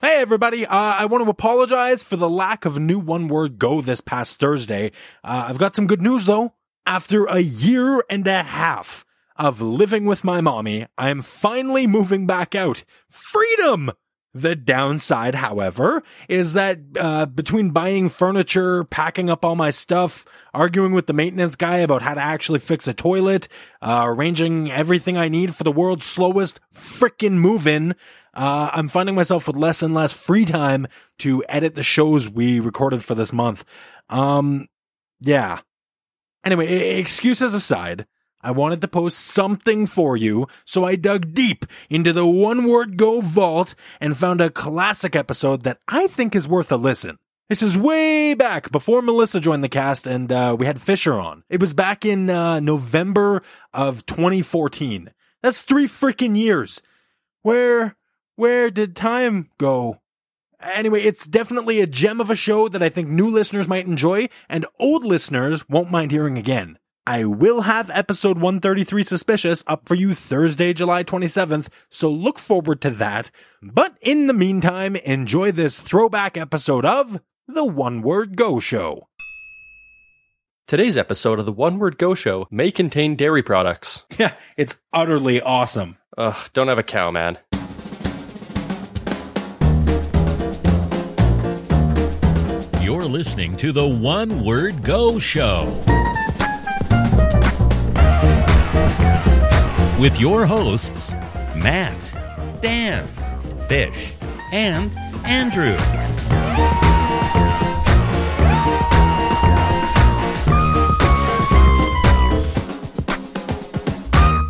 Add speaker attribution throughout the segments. Speaker 1: Hey everybody, uh, I want to apologize for the lack of new one word go this past Thursday. Uh, I've got some good news though. After a year and a half of living with my mommy, I am finally moving back out. Freedom! The downside, however, is that uh, between buying furniture, packing up all my stuff, arguing with the maintenance guy about how to actually fix a toilet, uh, arranging everything I need for the world's slowest frickin' move-in, uh, I'm finding myself with less and less free time to edit the shows we recorded for this month. Um, yeah. Anyway, e- excuses aside, I wanted to post something for you, so I dug deep into the One Word Go vault and found a classic episode that I think is worth a listen. This is way back before Melissa joined the cast and uh, we had Fisher on. It was back in uh, November of 2014. That's three freaking years. Where, where did time go? Anyway, it's definitely a gem of a show that I think new listeners might enjoy and old listeners won't mind hearing again. I will have episode 133 Suspicious up for you Thursday, July 27th, so look forward to that. But in the meantime, enjoy this throwback episode of The One Word Go Show.
Speaker 2: Today's episode of the One Word Go Show may contain dairy products.
Speaker 1: Yeah, it's utterly awesome.
Speaker 2: Ugh, don't have a cow, man.
Speaker 3: You're listening to the One Word Go Show with your hosts, Matt, Dan, Fish, and Andrew.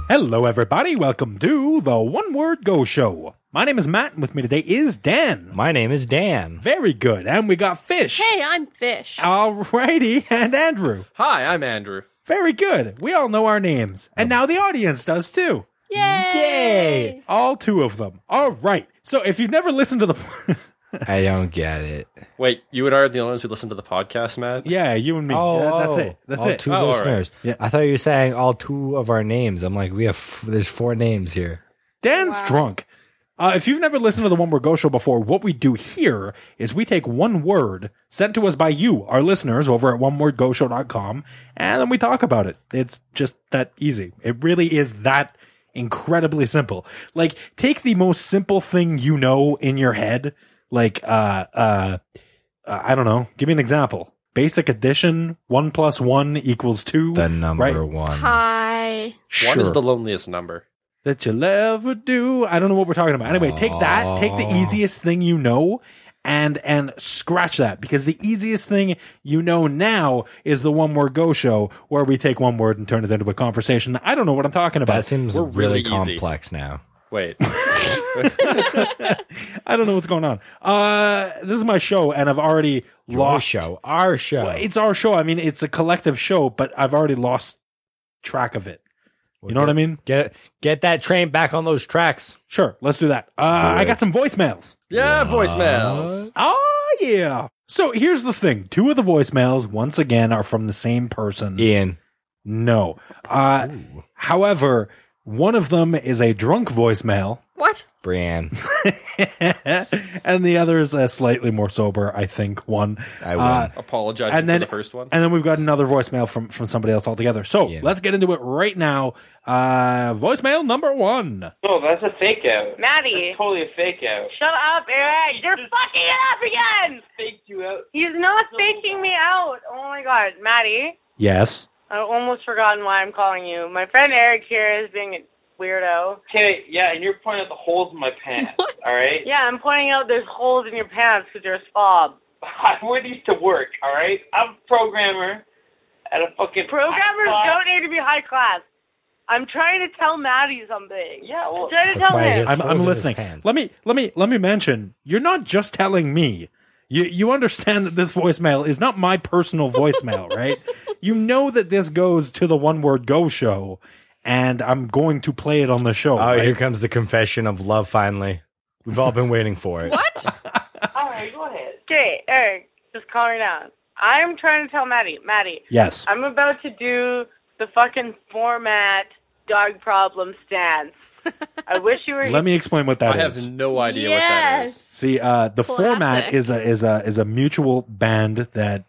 Speaker 1: Hello, everybody. Welcome to The One Word Go Show. My name is Matt, and with me today is Dan.
Speaker 4: My name is Dan.
Speaker 1: Very good. And we got Fish.
Speaker 5: Hey, I'm Fish.
Speaker 1: Alrighty, and Andrew.
Speaker 2: Hi, I'm Andrew.
Speaker 1: Very good. We all know our names. And now the audience does too.
Speaker 5: Yay!
Speaker 4: Yay!
Speaker 1: All two of them. All right. So if you've never listened to the.
Speaker 4: I don't get it.
Speaker 2: Wait, you and I are the only ones who listen to the podcast, Matt?
Speaker 1: yeah, you and me. That- that's it. That's
Speaker 4: Oh, all
Speaker 1: it.
Speaker 4: Two
Speaker 2: Oh, all right.
Speaker 4: listeners.
Speaker 1: Yeah.
Speaker 4: I thought you were saying all two of our names. I'm like, we have f- there's four names here.
Speaker 1: Dan's
Speaker 5: Wow.
Speaker 1: drunk. Uh, if you've never listened to the One Word Go Show before, what we do here is we take one word sent to us by you, our listeners, over at onewordgoshow.com, and then we talk about it. It's just that easy. It really is that incredibly simple. Like, take the most simple thing you know in your head, like, uh, uh, uh, I don't know, give me an example. Basic addition, one plus one equals two.
Speaker 4: The number
Speaker 1: Right.
Speaker 4: one.
Speaker 5: Hi.
Speaker 2: One is
Speaker 1: Sure.
Speaker 2: the loneliest number.
Speaker 1: that you'll ever do. I don't know what we're talking about. Anyway, take that, take the easiest thing you know and and scratch that because the easiest thing you know now is the one word go show where we take one word and turn it into a conversation. I don't know what I'm talking about.
Speaker 4: That seems
Speaker 2: We're
Speaker 4: really,
Speaker 2: really easy.
Speaker 4: complex now.
Speaker 2: Wait.
Speaker 1: I don't know what's going on. Uh this is my show and I've already
Speaker 4: Our
Speaker 1: lost
Speaker 4: show. Our show.
Speaker 1: Well, It's our show. I mean, it's a collective show, but I've already lost track of it. You know what I mean?
Speaker 4: Get get that train back on those tracks.
Speaker 1: Sure, let's do that. Uh, I got some voicemails.
Speaker 2: yeah, voicemails.
Speaker 1: Oh yeah. So here's the thing. Two of the voicemails, once again, are from the same person.
Speaker 4: Ian.
Speaker 1: No. Uh, however, one of them is a drunk voicemail,
Speaker 5: What?
Speaker 4: Brianne.
Speaker 1: and the other is a slightly more sober, I think, one.
Speaker 4: I won.
Speaker 1: Uh,
Speaker 2: Apologizing
Speaker 1: and then
Speaker 2: for the first one.
Speaker 1: And then we've got another voicemail from, from somebody else altogether. So
Speaker 4: Yeah.
Speaker 1: let's get into it right now. Uh, voicemail number one.
Speaker 6: No, that's a fake out.
Speaker 7: Maddie,
Speaker 6: That's totally a fake out.
Speaker 7: shut up, Eric. You're fucking it up again.
Speaker 6: Faked you out.
Speaker 7: He's not faking me out. Oh my god, Maddie.
Speaker 1: Yes.
Speaker 7: I've almost forgotten why I'm calling you. My friend Eric here is being a weirdo.
Speaker 6: Okay, yeah, and you're pointing out the holes in my pants.
Speaker 5: What?
Speaker 6: All right.
Speaker 7: Yeah, I'm pointing out there's holes in your pants because you're a slob.
Speaker 6: I wear these to work. All right. I'm a programmer at a fucking
Speaker 7: Programmers
Speaker 6: I-
Speaker 7: don't need to be high class. I'm trying to tell Maddie something.
Speaker 6: Yeah.
Speaker 7: I'm
Speaker 6: Well,
Speaker 7: trying to
Speaker 4: That's
Speaker 7: tell
Speaker 4: why I
Speaker 7: him.
Speaker 4: guess-
Speaker 1: I'm,
Speaker 4: Holes
Speaker 1: I'm
Speaker 4: in his
Speaker 1: listening.
Speaker 4: pants.
Speaker 1: Let me let me let me mention. You're not just telling me. You you understand that this voicemail is not my personal voicemail, right? You know that this goes to the One Word Go show, and I'm going to play it on the show.
Speaker 4: oh,
Speaker 1: right?
Speaker 4: here comes the confession of love finally. We've all been waiting for it.
Speaker 5: What?
Speaker 6: all right. Go ahead.
Speaker 7: Okay, Eric, just calm her down. I'm trying to tell Maddie. Maddie,
Speaker 1: yes.
Speaker 7: I'm about to do the fucking format dog problem stands. I wish you were.
Speaker 1: Let me explain what that
Speaker 2: I
Speaker 1: is.
Speaker 2: have no idea what that is.
Speaker 1: See, uh, the
Speaker 5: Classic.
Speaker 1: format is a is a is a mutual band that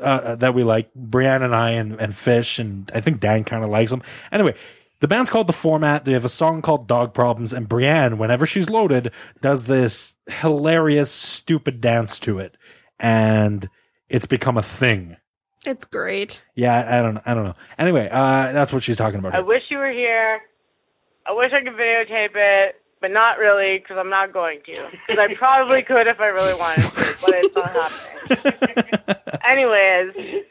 Speaker 1: uh, that we like. Brianne and I and, and Fish and I think Dan kind of likes them. Anyway, the band's called the Format. They have a song called Dog Problems, and Brianne, whenever she's loaded, does this hilarious, stupid dance to it, and it's become a thing.
Speaker 5: It's great.
Speaker 1: Yeah, I don't, I don't know. Anyway, uh, that's what she's talking about.
Speaker 7: I
Speaker 1: here.
Speaker 7: wish you were here. I wish I could videotape it, but not really because I'm not going to. Because I probably could if I really wanted to, but it's not happening. Anyways,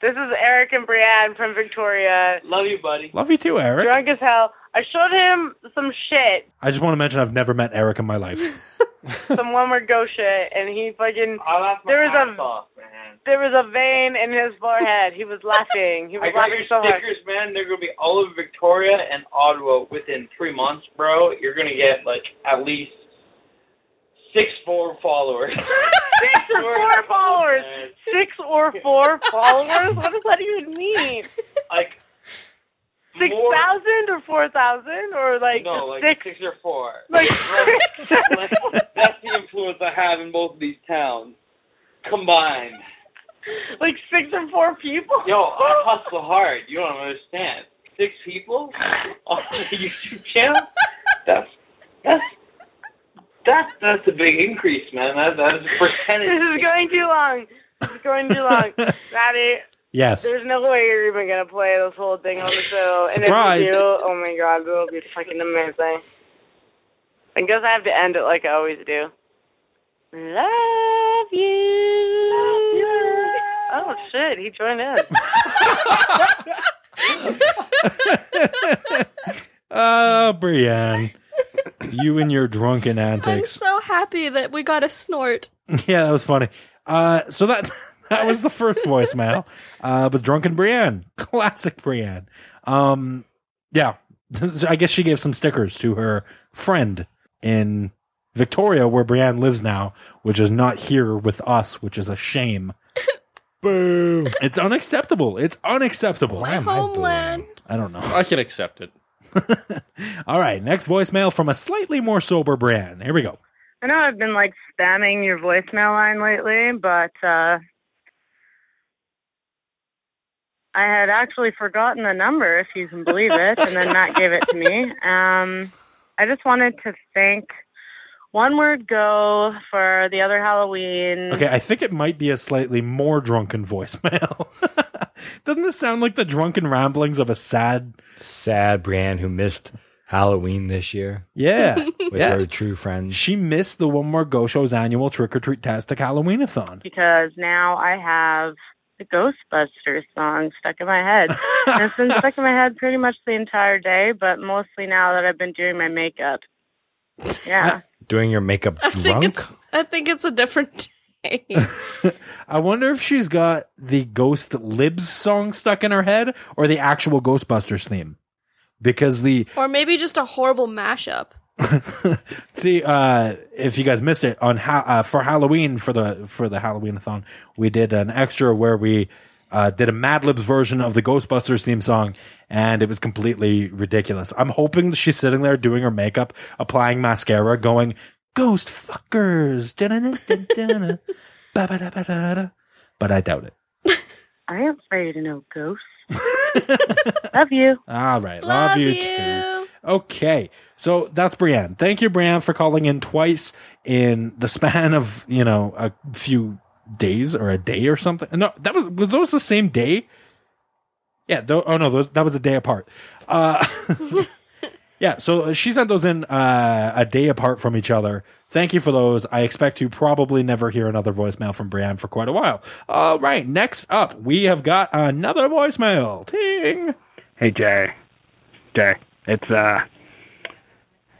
Speaker 7: this is Eric and Brianne from Victoria.
Speaker 6: Love you, buddy.
Speaker 1: Love you too, Eric.
Speaker 7: Drunk as hell. I showed him some shit,
Speaker 1: I just want to mention I've never met Eric in my life.
Speaker 7: some one word go shit, and he fucking.
Speaker 6: I laughed my
Speaker 7: There is a-
Speaker 6: ass off, man.
Speaker 7: There was a vein in his forehead. He was laughing. He
Speaker 6: I
Speaker 7: was
Speaker 6: got your
Speaker 7: laughing so hard.
Speaker 6: stickers, man. They're gonna be all over Victoria and Ottawa within three months, bro. You're gonna get like at least six more followers.
Speaker 7: Six or four followers. Six or four followers? What does that even mean?
Speaker 6: like
Speaker 7: Six
Speaker 6: more-
Speaker 7: thousand or four thousand or like
Speaker 6: No,
Speaker 7: just
Speaker 6: like
Speaker 7: six?
Speaker 6: six or four.
Speaker 7: Like
Speaker 6: Like, That's the influence I have in both of these towns combined.
Speaker 7: like six or four people?
Speaker 6: Yo, I hustle hard. You don't understand. Six people on the YouTube channel. That's that's that's that's a big increase, man. That that is a
Speaker 7: This
Speaker 6: percentage.
Speaker 7: is going too long. This is going too long. Maddie,
Speaker 1: yes.
Speaker 7: there's no way you're even gonna play this whole thing on the show. And if
Speaker 1: Surprise.
Speaker 7: you do, oh my god, it'll be fucking amazing. I guess I have to end it like I always do. Love you. Oh shit, he joined in.
Speaker 1: Oh, Brienne. you and your drunken
Speaker 5: I'm
Speaker 1: antics.
Speaker 5: so happy that we got a snort.
Speaker 1: yeah, that was funny. Uh, so that that was the first voicemail. Uh, but drunken Brienne, classic Brienne. Um, yeah, I guess she gave some stickers to her friend in Victoria, where Brienne lives now, which is not here with us, which is a shame.
Speaker 4: Boo.
Speaker 1: It's unacceptable. It's unacceptable.
Speaker 5: My
Speaker 4: am I booing?
Speaker 5: homeland.
Speaker 1: I don't know.
Speaker 2: I can accept it.
Speaker 1: All right, next voicemail from a slightly more sober Brienne. Here we go.
Speaker 7: I know I've been like spamming your voicemail line lately, but uh, I had actually forgotten the number, if you can believe it, and then Matt gave it to me. Um, I just wanted to thank One Word Go for the other Halloween.
Speaker 1: Okay, I think it might be a slightly more drunken voicemail. Doesn't this sound like the drunken ramblings of a sad?
Speaker 4: Sad Brienne who missed Halloween this year
Speaker 1: Yeah,
Speaker 4: with
Speaker 1: Yeah.
Speaker 4: her true friends.
Speaker 1: she missed the One More Go Show's annual trick or treat tastic Halloweenathon.
Speaker 7: Because now I have the Ghostbusters song stuck in my head. and it's been stuck in my head pretty much the entire day, but mostly now that I've been doing my makeup. Yeah.
Speaker 4: Doing your makeup
Speaker 5: I think
Speaker 4: drunk?
Speaker 5: it's I think it's a different day.
Speaker 1: I wonder if she's got the Ghost Libs song stuck in her head or the actual Ghostbusters theme. Because the
Speaker 5: or maybe just a horrible mashup.
Speaker 1: See, uh, if you guys missed it on ha- uh, for Halloween for the for the Halloweenathon, we did an extra where we uh, did a Mad Libs version of the Ghostbusters theme song, and it was completely ridiculous. I'm hoping that she's sitting there doing her makeup, applying mascara, going "Ghost fuckers," da-na-na-na-na-na, ba-ba-da-ba-da-da." but I doubt it.
Speaker 7: I am afraid of no ghosts. Love you.
Speaker 1: All right, love, you too. Okay. So that's Brienne. Thank you, Brienne, for calling in twice in the span of, you know, a few days or a day or something. No, that was, was those the same day? Yeah. Th- oh, no, those, that was a day apart. Uh, yeah. So she sent those in, uh, a day apart from each other. Thank you for those. I expect to probably never hear another voicemail from Brienne for quite a while. All right. Next up, we have got another voicemail. Ting.
Speaker 8: Hey Jay, Jay, it's uh,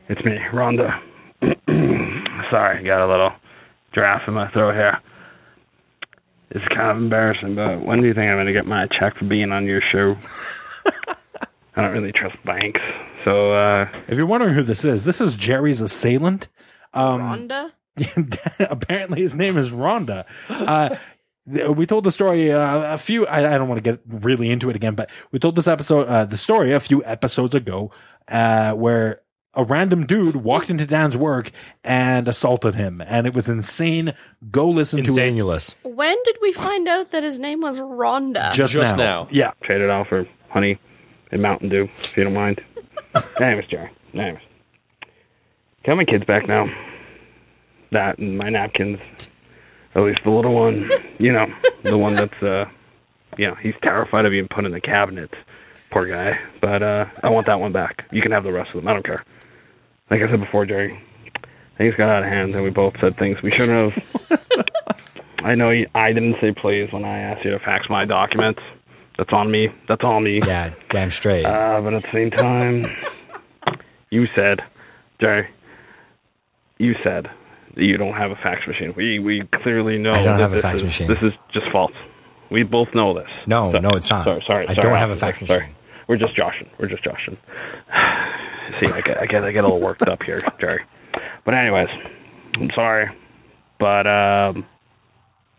Speaker 8: it's me, Rhonda. Sorry, got a little giraffe in my throat here. It's kind of embarrassing, but when do you think I'm gonna get my check for being on your show? I don't really trust banks, so uh,
Speaker 1: If you're wondering who this is, this is Jerry's assailant. Um,
Speaker 5: Rhonda.
Speaker 1: apparently, his name is Rhonda. Uh, th- we told the story uh, a few. I, I don't want to get really into it again, but we told this episode, uh, the story a few episodes ago, uh, where a random dude walked into Dan's work and assaulted him, and it was insane. Go listen to
Speaker 9: Insanulous.
Speaker 5: When did we find out that his name was Rhonda?
Speaker 1: it just,
Speaker 2: Just
Speaker 1: now.
Speaker 2: now.
Speaker 1: Yeah,
Speaker 8: Trade it out for honey and Mountain Dew, if you don't mind. Anyways, Jerry. Anyways. Got my kids back now. That and my napkins. At least the little one. You know, the one that's, uh, you know, he's terrified of being put in the cabinet. Poor guy. But, uh, I want that one back. You can have the rest of them. I don't care. Like I said before, Jerry, things got out of hand and we both said things we shouldn't have. I know you, I didn't say please when I asked you to fax my documents. That's on me. That's on me.
Speaker 9: Yeah, damn straight.
Speaker 8: Uh, but at the same time, you said, Jerry, you said that you don't have a fax machine. We we clearly know
Speaker 9: I don't
Speaker 8: that
Speaker 9: have a
Speaker 8: this
Speaker 9: fax
Speaker 8: is,
Speaker 9: machine.
Speaker 8: This is just false. We both know this.
Speaker 9: No, no, it's not.
Speaker 8: Sorry, sorry.
Speaker 9: I
Speaker 8: sorry,
Speaker 9: don't have a
Speaker 8: sorry,
Speaker 9: fax
Speaker 8: sorry.
Speaker 9: machine.
Speaker 8: We're just joshing. We're just joshing. See, I get, I get, I get a little worked up here, Jerry. But anyways, I'm sorry, but um,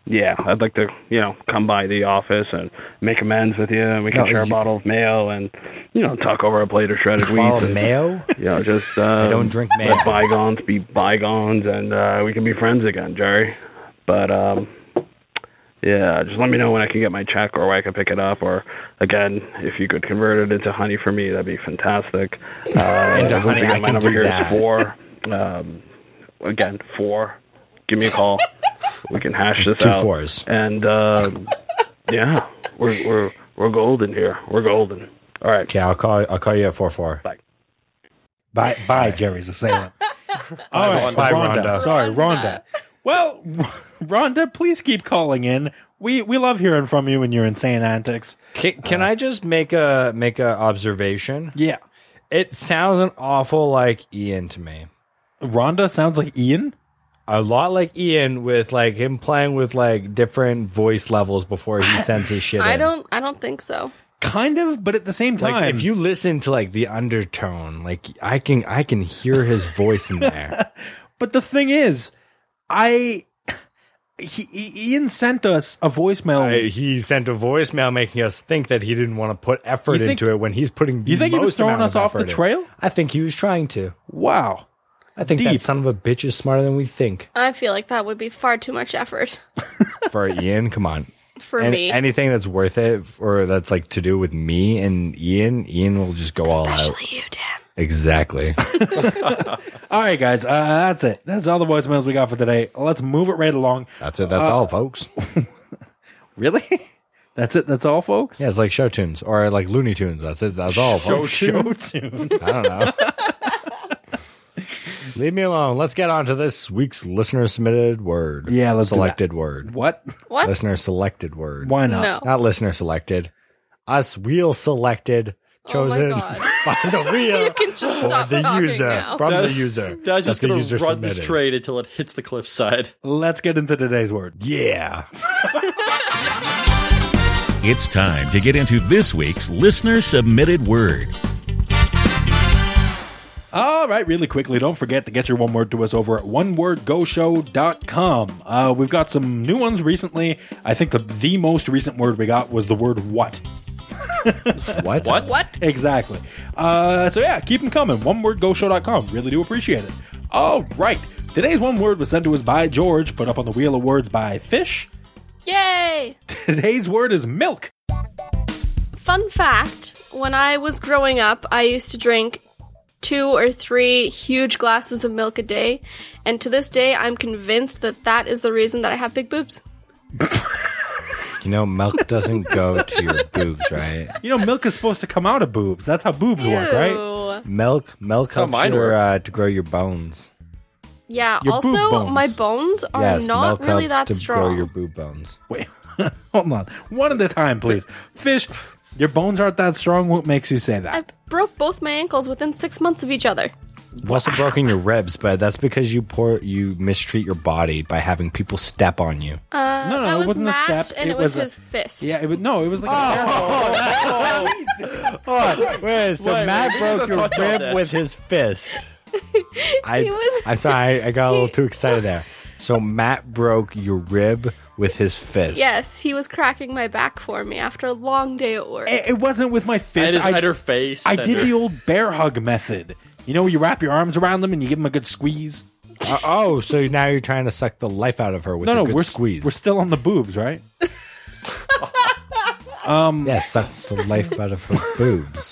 Speaker 8: yeah, I'd like to, you know, come by the office and make amends with you, and we can
Speaker 9: No,
Speaker 8: share a
Speaker 9: you-
Speaker 8: bottle of mayo, and you know, talk over a plate of shredded wheat.
Speaker 9: Follow
Speaker 8: and-
Speaker 9: mayo?
Speaker 8: you know, just uh,
Speaker 9: don't drink mayo.
Speaker 8: Let bygones be bygones, and uh, we can be friends again, Jerry. But um, yeah, just let me know when I can get my check or where I can pick it up, or again, if you could convert it into honey for me, that'd be fantastic.
Speaker 1: Oh,
Speaker 8: Uh,
Speaker 9: Into
Speaker 8: once
Speaker 9: honey,
Speaker 8: again,
Speaker 9: I
Speaker 8: my
Speaker 9: can
Speaker 8: number
Speaker 9: do
Speaker 8: here is
Speaker 9: that.
Speaker 8: four. Um, again, four. Give me a call. We can hash this
Speaker 9: Two
Speaker 8: out.
Speaker 9: fours.
Speaker 8: And uh, yeah, we're we're we're golden here. We're golden. All right.
Speaker 9: Okay, I'll call. I'll call you at four four.
Speaker 8: Bye.
Speaker 1: Bye, bye, Jerry's assailant. All right,
Speaker 2: Rhonda.
Speaker 1: Bye,
Speaker 9: Bye,
Speaker 1: Rhonda.
Speaker 9: Rhonda.
Speaker 1: Sorry, Rhonda.
Speaker 5: Rhonda.
Speaker 1: Well, Rhonda, please keep calling in. We we love hearing from you and your insane antics.
Speaker 9: Can, can I just make a make a observation?
Speaker 1: Yeah,
Speaker 9: It sounds an awful like Ian to me.
Speaker 1: Rhonda sounds like Ian.
Speaker 9: A lot like Ian with like him playing with like different voice levels before he sends his shit.
Speaker 5: I
Speaker 9: in.
Speaker 5: don't. I don't think so.
Speaker 1: Kind of, but at the same time,
Speaker 9: like if you listen to like the undertone. Like I can I can hear his voice in there.
Speaker 1: But the thing is, I he, he- Ian sent us a voicemail.
Speaker 9: I, he sent a voicemail making us think that he didn't want to put effort
Speaker 1: You think-
Speaker 9: into it when he's putting.
Speaker 1: you think he was
Speaker 9: most amount
Speaker 1: throwing us
Speaker 9: of
Speaker 1: off the
Speaker 9: effort in.
Speaker 1: trail?
Speaker 9: I think he was trying to.
Speaker 1: Wow.
Speaker 9: I think
Speaker 1: Deep.
Speaker 9: that son of a bitch is smarter than we think.
Speaker 5: I feel like that would be far too much effort
Speaker 9: For Ian, come on.
Speaker 5: for
Speaker 9: Any-
Speaker 5: me.
Speaker 9: Anything that's worth it f- or that's like to do with me and Ian, Ian will just go all out.
Speaker 5: Especially you, Dan.
Speaker 9: Exactly.
Speaker 1: All right, guys, uh, that's it. That's all the voicemails we got for today. Let's move it right along.
Speaker 9: That's it.
Speaker 1: Uh,
Speaker 9: That's all, folks.
Speaker 1: Really? That's it. That's all, folks.
Speaker 9: Yeah, it's like show tunes or like Looney Tunes. That's it. That's all,
Speaker 1: Show,
Speaker 9: folks.
Speaker 1: show tunes.
Speaker 9: I don't know. Leave me alone. Let's get on to this week's listener submitted word.
Speaker 1: Yeah, let's do that.
Speaker 9: selected word.
Speaker 1: What?
Speaker 5: What?
Speaker 9: Listener selected word.
Speaker 1: Why not?
Speaker 5: no.
Speaker 9: Not listener selected. Us wheel selected,
Speaker 5: Oh my
Speaker 9: chosen
Speaker 5: God.
Speaker 9: by the wheel.
Speaker 5: You can just stop
Speaker 9: the
Speaker 5: talking
Speaker 9: user
Speaker 5: now.
Speaker 9: from
Speaker 2: That-
Speaker 9: the user.
Speaker 2: Dad's just
Speaker 9: that the
Speaker 2: gonna run
Speaker 9: user
Speaker 2: this
Speaker 9: submitted.
Speaker 2: trade until it hits the cliffside.
Speaker 1: Let's get into today's word.
Speaker 9: Yeah.
Speaker 3: It's time to get into this week's listener submitted word.
Speaker 1: All right, really quickly, don't forget to get your one word to us over at onewordgoshow.com. Uh, we've got some new ones recently. I think the, the most recent word we got was the word what.
Speaker 9: What?
Speaker 2: What?
Speaker 5: What?
Speaker 1: Exactly. Uh, so yeah, keep them coming. OneWordGoShow.com. Really do appreciate it. All right. Today's one word was sent to us by George, put up on the Wheel of Words by Fish.
Speaker 5: Yay!
Speaker 1: Today's word is milk.
Speaker 5: Fun fact when I was growing up, I used to drink two or three huge glasses of milk a day, and to this day, I'm convinced that that is the reason that I have big boobs.
Speaker 9: You know, milk doesn't go to your boobs, right?
Speaker 1: You know, milk is supposed to come out of boobs. That's how boobs work, right?
Speaker 5: Ew.
Speaker 9: Milk, milk
Speaker 2: how
Speaker 9: helps
Speaker 2: mine
Speaker 9: your,
Speaker 2: work.
Speaker 9: uh, to grow your bones.
Speaker 5: Yeah,
Speaker 1: Your boob
Speaker 5: also,
Speaker 1: bones.
Speaker 5: my bones are
Speaker 9: yes,
Speaker 5: not
Speaker 9: milk
Speaker 5: really
Speaker 9: helps
Speaker 5: that
Speaker 9: to grow
Speaker 5: strong.
Speaker 9: your boob bones.
Speaker 1: Wait, hold on. One at a time, please. Fish, your bones aren't that strong. What makes you say
Speaker 5: I
Speaker 1: that?
Speaker 5: broke both my ankles within six months of each other.
Speaker 9: You've also broken your ribs, but that's because you poor you mistreat your body by having people step on you.
Speaker 5: Uh,
Speaker 1: No, no, it
Speaker 5: that was
Speaker 1: wasn't a
Speaker 5: Matt,
Speaker 1: step,
Speaker 5: and
Speaker 1: it
Speaker 5: it, was,
Speaker 1: was a-
Speaker 5: his fist.
Speaker 1: Yeah, it was, no, it was like. Oh,
Speaker 9: Wait, so
Speaker 2: Wait, wait,
Speaker 9: Matt
Speaker 2: we need
Speaker 9: broke
Speaker 2: to
Speaker 9: your
Speaker 2: touch on
Speaker 9: rib
Speaker 2: this.
Speaker 9: with his fist. I,
Speaker 5: He was-
Speaker 9: I'm sorry, I, I got a little too excited there. So Matt broke your rib
Speaker 4: with his fist.
Speaker 5: Yes, he was cracking my back for me after a long day at work.
Speaker 1: It, it wasn't with my
Speaker 2: And
Speaker 1: fist.
Speaker 2: his, and
Speaker 1: I,
Speaker 2: her face.
Speaker 1: I
Speaker 2: and
Speaker 1: did
Speaker 2: her-
Speaker 1: the old bear hug method. You know, you wrap your arms around them and you give them a good squeeze.
Speaker 4: Uh, oh, so now you're trying to suck the life out of her with
Speaker 1: No,
Speaker 4: a
Speaker 1: no,
Speaker 4: good
Speaker 1: we're
Speaker 4: squeeze.
Speaker 1: we're still on the boobs, right?
Speaker 4: yeah, suck the life out of her boobs.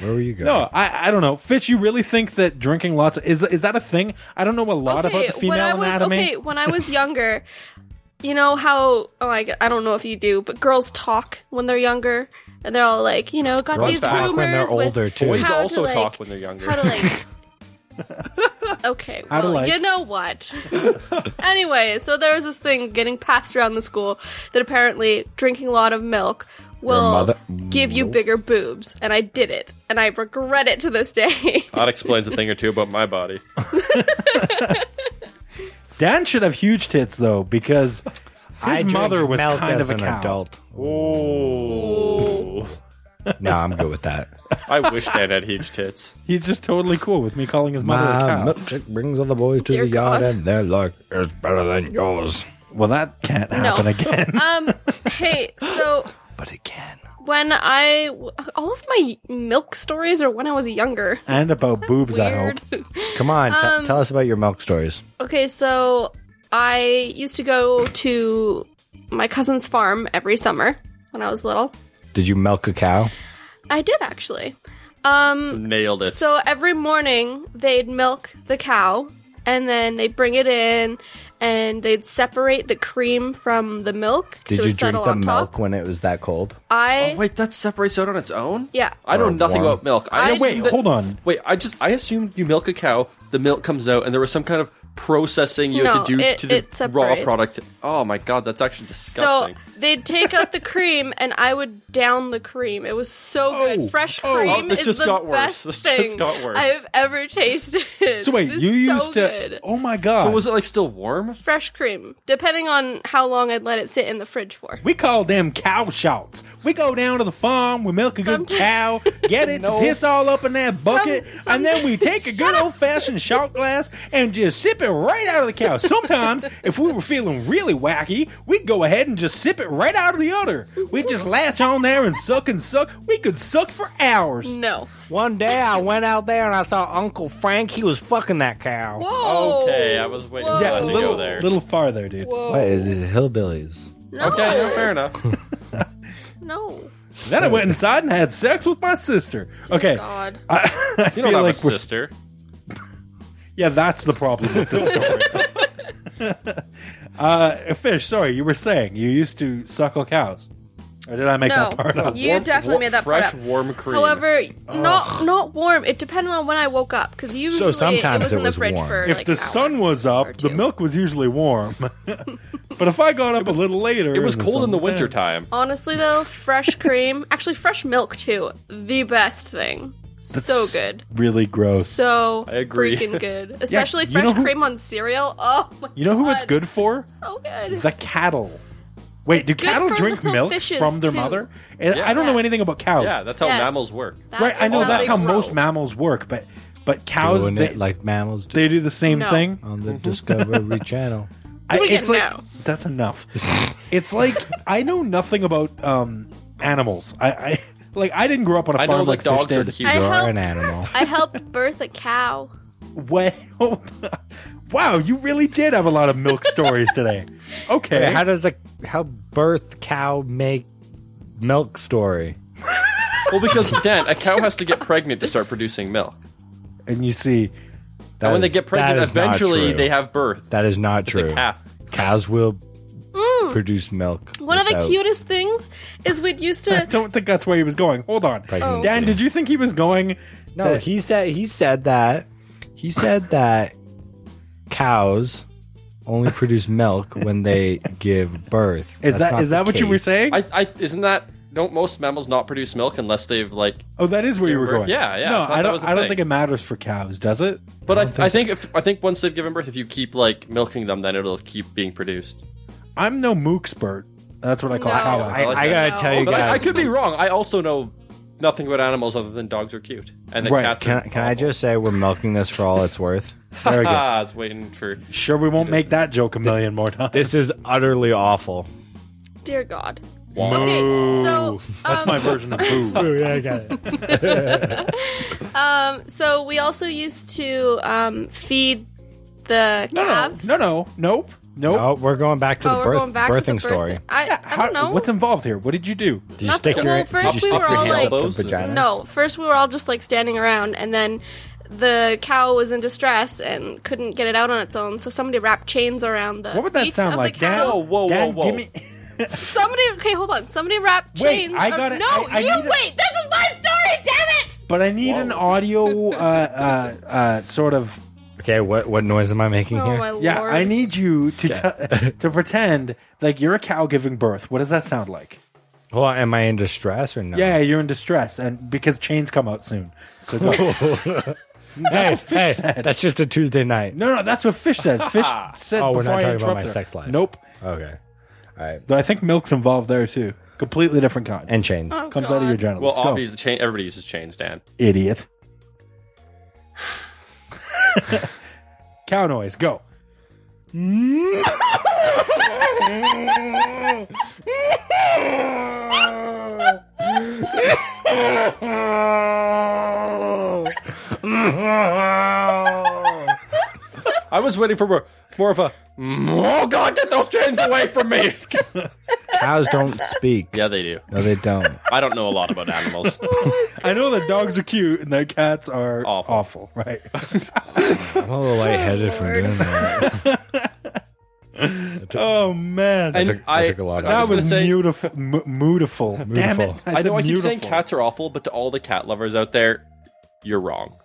Speaker 4: Where were you going?
Speaker 1: No, I, I don't know. Fitch, you really think that drinking lots of, is is that a thing? I don't know a lot about the
Speaker 5: when I
Speaker 1: female
Speaker 5: was,
Speaker 1: anatomy.
Speaker 5: Okay, when I was younger, you know how oh, I, I don't know if you do, but girls talk when they're younger, and they're all like, you know, got
Speaker 4: Girls
Speaker 5: these
Speaker 4: talk
Speaker 5: rumors
Speaker 4: when they're
Speaker 5: with
Speaker 4: older, too.
Speaker 5: how
Speaker 2: Boys
Speaker 5: to,
Speaker 2: also
Speaker 5: like-
Speaker 2: talk when they're younger.
Speaker 5: How to like. okay,
Speaker 1: How to
Speaker 5: well,
Speaker 1: like.
Speaker 5: you know what? anyway, so there was this thing getting passed around the school that apparently drinking a lot of milk will
Speaker 4: mother-
Speaker 5: give you bigger boobs, and I did it, and I regret it to this day.
Speaker 2: that explains a thing or two about my body.
Speaker 1: Dan should have huge tits though because his
Speaker 4: I drink
Speaker 1: mother was
Speaker 4: milk
Speaker 1: kind
Speaker 4: as
Speaker 1: of a
Speaker 4: an
Speaker 1: cow.
Speaker 4: adult.
Speaker 2: Oh.
Speaker 4: No, I'm good with that.
Speaker 2: I wish Dan had huge tits.
Speaker 1: He's just totally cool with me calling his mother a cow.
Speaker 4: My milkshake brings all the boys to
Speaker 5: Dear
Speaker 4: the yard,
Speaker 5: God.
Speaker 4: and they're like, "It's better than yours."
Speaker 1: well, that can't happen again.
Speaker 5: um, hey, so
Speaker 4: But it can.
Speaker 5: when I all of my milk stories are when I was younger.
Speaker 1: and about boobs, I hope.
Speaker 5: Weird.
Speaker 4: Come on, t-
Speaker 5: Um,
Speaker 4: tell us about your milk stories.
Speaker 5: okay, so I used to go to my cousin's farm every summer when I was little.
Speaker 4: Did you milk a cow?
Speaker 5: I did actually. Um,
Speaker 2: Nailed it.
Speaker 5: so every morning they'd milk the cow and then they'd bring it in and they'd separate the cream from the milk. 'cause
Speaker 4: Did
Speaker 5: it
Speaker 4: you
Speaker 5: would
Speaker 4: drink
Speaker 5: settle
Speaker 4: the
Speaker 5: on
Speaker 4: milk
Speaker 5: top.
Speaker 4: when it was that cold?
Speaker 5: I
Speaker 2: Oh, wait, that separates out on its own?
Speaker 5: Yeah.
Speaker 2: I know
Speaker 4: Or
Speaker 2: nothing
Speaker 4: warm.
Speaker 2: about milk.
Speaker 5: I-
Speaker 2: I
Speaker 5: No,
Speaker 2: assumed
Speaker 1: Wait,
Speaker 2: that-
Speaker 1: hold on.
Speaker 2: Wait, I just I assumed you milk a cow, the milk comes out, and there was some kind of processing you had to
Speaker 5: No,
Speaker 2: do
Speaker 5: it-
Speaker 2: to the
Speaker 5: it
Speaker 2: raw
Speaker 5: separates.
Speaker 2: product. Oh my god, that's actually disgusting.
Speaker 5: So they'd take out the cream, and I would down the cream. It was so good. Fresh cream
Speaker 2: Oh, this
Speaker 5: is
Speaker 2: just
Speaker 5: the
Speaker 2: got worse.
Speaker 5: best
Speaker 2: This just
Speaker 5: thing
Speaker 2: got worse.
Speaker 5: I've ever tasted.
Speaker 1: So wait,
Speaker 5: This
Speaker 1: you
Speaker 5: is so
Speaker 1: used to?
Speaker 5: good.
Speaker 1: Oh my god!
Speaker 2: So was it like still warm?
Speaker 5: fresh cream, depending on how long I'd let it sit in the fridge for.
Speaker 1: we call them cow shots. We go down to the farm, we milk a good
Speaker 5: Sometimes-
Speaker 1: cow, get it
Speaker 2: No.
Speaker 1: to piss all up in that bucket,
Speaker 5: some-
Speaker 1: and then we take a good old fashioned shot glass and just sip it right out of the cow. Sometimes, if we were feeling really wacky, we'd go ahead and just sip it right out of the udder. We'd just latch on there and suck and suck. We could suck for hours.
Speaker 5: No.
Speaker 4: One day I went out there and I saw Uncle Frank. He was fucking that cow.
Speaker 5: Whoa.
Speaker 2: Okay, I was waiting
Speaker 5: Whoa.
Speaker 2: for
Speaker 1: Yeah,
Speaker 2: that
Speaker 1: a
Speaker 2: to
Speaker 1: little,
Speaker 2: go there.
Speaker 1: little farther, dude.
Speaker 5: Oh.
Speaker 4: What is it? Hillbillies.
Speaker 5: No.
Speaker 2: Okay, no, fair enough.
Speaker 5: No.
Speaker 1: Then I went inside and had sex with my sister. Okay,
Speaker 5: God.
Speaker 1: I, I
Speaker 2: You
Speaker 1: feel
Speaker 2: don't have
Speaker 1: like
Speaker 2: a
Speaker 1: we're
Speaker 2: sister.
Speaker 1: Yeah, that's the problem with this story. uh, Fish, sorry, you were saying you used to suckle cows. Or did I make
Speaker 5: No.
Speaker 1: that part up?
Speaker 5: You definitely made that part
Speaker 2: fresh
Speaker 5: up.
Speaker 2: warm cream.
Speaker 5: However, not not warm. It depended on when I woke up because usually
Speaker 4: sometimes
Speaker 5: it was
Speaker 4: it
Speaker 5: in the
Speaker 4: was
Speaker 5: fridge
Speaker 4: warm.
Speaker 5: for
Speaker 1: If
Speaker 5: like
Speaker 1: the
Speaker 5: an hour
Speaker 1: sun was
Speaker 5: or
Speaker 1: up, the
Speaker 5: two.
Speaker 1: milk was usually warm. but if I got up a little later,
Speaker 2: it was
Speaker 1: and
Speaker 2: cold
Speaker 1: sun
Speaker 2: in the
Speaker 1: was down-
Speaker 2: winter time.
Speaker 5: Honestly, though, fresh cream, actually, fresh milk too, the best thing. so good.
Speaker 1: Really gross.
Speaker 5: So
Speaker 2: I agree.
Speaker 5: freaking good. Especially
Speaker 1: you
Speaker 5: fresh
Speaker 1: know who-
Speaker 5: cream on cereal. Oh, my
Speaker 1: You know who it's
Speaker 5: God.
Speaker 1: good for?
Speaker 5: So good.
Speaker 1: The cattle. Wait, do
Speaker 5: good
Speaker 1: cattle
Speaker 5: for
Speaker 1: drink
Speaker 5: little
Speaker 1: milk
Speaker 5: fishes,
Speaker 1: from their
Speaker 5: too.
Speaker 1: mother? And
Speaker 2: Yeah.
Speaker 1: I don't know
Speaker 5: Yes.
Speaker 1: anything about cows.
Speaker 2: Yeah, that's how
Speaker 5: Yes.
Speaker 2: mammals work.
Speaker 5: That
Speaker 1: right, I
Speaker 5: is
Speaker 1: know
Speaker 5: how
Speaker 1: that's
Speaker 5: they
Speaker 1: how
Speaker 5: grow.
Speaker 1: most mammals work, but but cows
Speaker 4: Doing
Speaker 1: they,
Speaker 4: it like mammals do
Speaker 1: they do the same
Speaker 5: No.
Speaker 1: thing.
Speaker 4: on the Discovery Channel.
Speaker 1: I,
Speaker 5: Doing
Speaker 1: it's
Speaker 5: it
Speaker 1: like
Speaker 5: now.
Speaker 1: that's enough. it's like I know nothing about um animals. I, I like I didn't grow up on a
Speaker 2: I
Speaker 1: farm
Speaker 2: know
Speaker 1: like
Speaker 2: like dogs
Speaker 1: Fish
Speaker 2: are
Speaker 1: did.
Speaker 2: cute.
Speaker 5: I
Speaker 4: You are
Speaker 5: helped-
Speaker 4: an animal.
Speaker 5: I helped birth a cow.
Speaker 1: Well, wow, you really did have a lot of milk stories today. Okay,
Speaker 4: Wait, how does a how birth cow make milk story?
Speaker 2: Well, because Dan, a cow has to get pregnant to start producing milk.
Speaker 1: and you see,
Speaker 4: That
Speaker 2: and when they
Speaker 4: is-
Speaker 2: get
Speaker 4: that
Speaker 2: pregnant,
Speaker 4: is not
Speaker 2: eventually
Speaker 4: true.
Speaker 2: they have birth.
Speaker 4: That is not
Speaker 2: It's
Speaker 4: true.
Speaker 2: a calf.
Speaker 4: Cows will produce milk.
Speaker 5: Mm. One of the
Speaker 4: without-
Speaker 5: cutest things is we'd used
Speaker 1: I
Speaker 5: to.
Speaker 1: don't think that's where he was going. Hold on,
Speaker 5: Oh.
Speaker 4: Pregnancy.
Speaker 1: Dan, did you think he was going?
Speaker 4: No,
Speaker 1: that-
Speaker 4: he said he said that he said that cows only produce milk when they give birth.
Speaker 1: Is
Speaker 4: That's
Speaker 1: that
Speaker 4: not
Speaker 1: is that
Speaker 4: the
Speaker 1: what you were
Speaker 4: case.
Speaker 1: saying?
Speaker 2: I, I isn't that don't most mammals not produce milk unless they've like
Speaker 1: oh, that is where you were
Speaker 2: birth-
Speaker 1: going.
Speaker 2: yeah, yeah, I
Speaker 1: No,
Speaker 2: thought
Speaker 1: I
Speaker 2: that
Speaker 1: don't.
Speaker 2: was a
Speaker 1: I don't
Speaker 2: thing.
Speaker 1: think it matters for cows, does it?
Speaker 2: but I, I, think if I think once they've given birth if you keep like milking them then it'll keep being produced.
Speaker 1: I'm no mookspert. That's what I call
Speaker 5: No.
Speaker 9: Oh,
Speaker 1: cow.
Speaker 5: I
Speaker 4: I,
Speaker 2: like
Speaker 4: I
Speaker 2: that.
Speaker 4: gotta tell you
Speaker 2: But I, I
Speaker 4: guys.
Speaker 2: could be wrong. I also know nothing about animals other than dogs are cute and that
Speaker 1: Right.
Speaker 2: cats
Speaker 4: can
Speaker 2: are
Speaker 4: I- can I
Speaker 2: awful.
Speaker 4: just say we're milking this for all it's worth?
Speaker 1: Very good.
Speaker 2: Ah, I was waiting for.
Speaker 1: Sure, we won't make that joke a million more times.
Speaker 9: This is utterly awful.
Speaker 5: Dear God.
Speaker 2: Wah.
Speaker 5: Okay, so
Speaker 1: That's my version of Um, boo.
Speaker 9: Ooh, yeah, I got it.
Speaker 5: um, so we also used to um, feed the
Speaker 1: No, no,
Speaker 5: calves.
Speaker 1: no, no, nope, nope.
Speaker 9: Oh, we're going back to
Speaker 5: Oh,
Speaker 9: the
Speaker 5: we're
Speaker 9: birth,
Speaker 5: going back to the
Speaker 9: birthing
Speaker 5: birth-
Speaker 9: story.
Speaker 5: I, I
Speaker 1: How-
Speaker 5: don't know.
Speaker 1: What's involved here? What did you do?
Speaker 9: Did you
Speaker 5: Nothing.
Speaker 9: stick your,
Speaker 5: Well, first
Speaker 9: did you
Speaker 5: we
Speaker 9: stick
Speaker 5: were
Speaker 9: your
Speaker 5: all
Speaker 9: hand
Speaker 5: like-
Speaker 9: up the
Speaker 2: Elbows?
Speaker 9: vagina?
Speaker 5: No, first we were all just like standing around, and then the cow was in distress and couldn't get it out on its own, so somebody wrapped chains around the.
Speaker 1: What would that
Speaker 5: feet
Speaker 1: sound
Speaker 5: of
Speaker 1: like?
Speaker 5: The
Speaker 1: Dan,
Speaker 5: cow.
Speaker 2: Whoa, whoa,
Speaker 1: Dan,
Speaker 2: whoa, whoa.
Speaker 1: give me.
Speaker 5: Somebody, okay, hold on. Somebody wrapped
Speaker 1: Wait,
Speaker 5: chains.
Speaker 1: I
Speaker 5: ar-
Speaker 1: gotta-
Speaker 5: No,
Speaker 1: I- I
Speaker 5: you
Speaker 1: need a-
Speaker 5: wait. This is my story. Damn it!
Speaker 1: But I need an audio, uh, uh, uh, sort of.
Speaker 9: Okay, what what noise am I making
Speaker 5: Oh
Speaker 9: here?
Speaker 5: my
Speaker 1: Yeah,
Speaker 5: lord!
Speaker 1: I need you to t- to pretend like you're a cow giving birth. What does that sound like?
Speaker 9: Hold on, am I in distress or no?
Speaker 1: Yeah, you're in distress, and because chains come out soon. So go.
Speaker 9: Hey, hey,
Speaker 1: said.
Speaker 9: that's just a Tuesday night.
Speaker 1: no, no, that's what Fish said. Fish said.
Speaker 9: Oh, we're
Speaker 1: before
Speaker 9: not
Speaker 1: I
Speaker 9: talking about my
Speaker 1: interrupted her.
Speaker 9: sex life.
Speaker 1: Nope.
Speaker 9: Okay, all right.
Speaker 1: Though I think milk's involved there too. Completely different kind.
Speaker 9: And chains.
Speaker 5: Oh,
Speaker 1: comes out of your
Speaker 5: God.
Speaker 1: genitals.
Speaker 2: Well,
Speaker 1: Go.
Speaker 2: obviously, chain, everybody uses chains, Dan.
Speaker 1: idiot. Cow noise, go.
Speaker 2: I was waiting for more, more of a. "Mm, Oh God, get those chains away from me!
Speaker 9: Cows don't speak.
Speaker 2: yeah, they do.
Speaker 9: No, they don't.
Speaker 2: I don't know a lot about animals.
Speaker 1: I know that dogs are cute and that cats are awful,
Speaker 2: Awful.
Speaker 1: right?
Speaker 9: I'm a little lightheaded from
Speaker 5: Oh, Lord.
Speaker 9: doing that.
Speaker 1: oh man,
Speaker 2: And
Speaker 9: took- that
Speaker 2: I,
Speaker 9: took a lot
Speaker 2: I
Speaker 9: out
Speaker 1: that
Speaker 9: of
Speaker 2: was,
Speaker 1: was
Speaker 2: gonna say,
Speaker 1: beautiful, m- beautiful. Damn it!
Speaker 9: Beautiful.
Speaker 2: I
Speaker 1: said
Speaker 2: know I keep saying
Speaker 1: beautiful.
Speaker 2: cats are awful, but to all the cat lovers out there, you're wrong.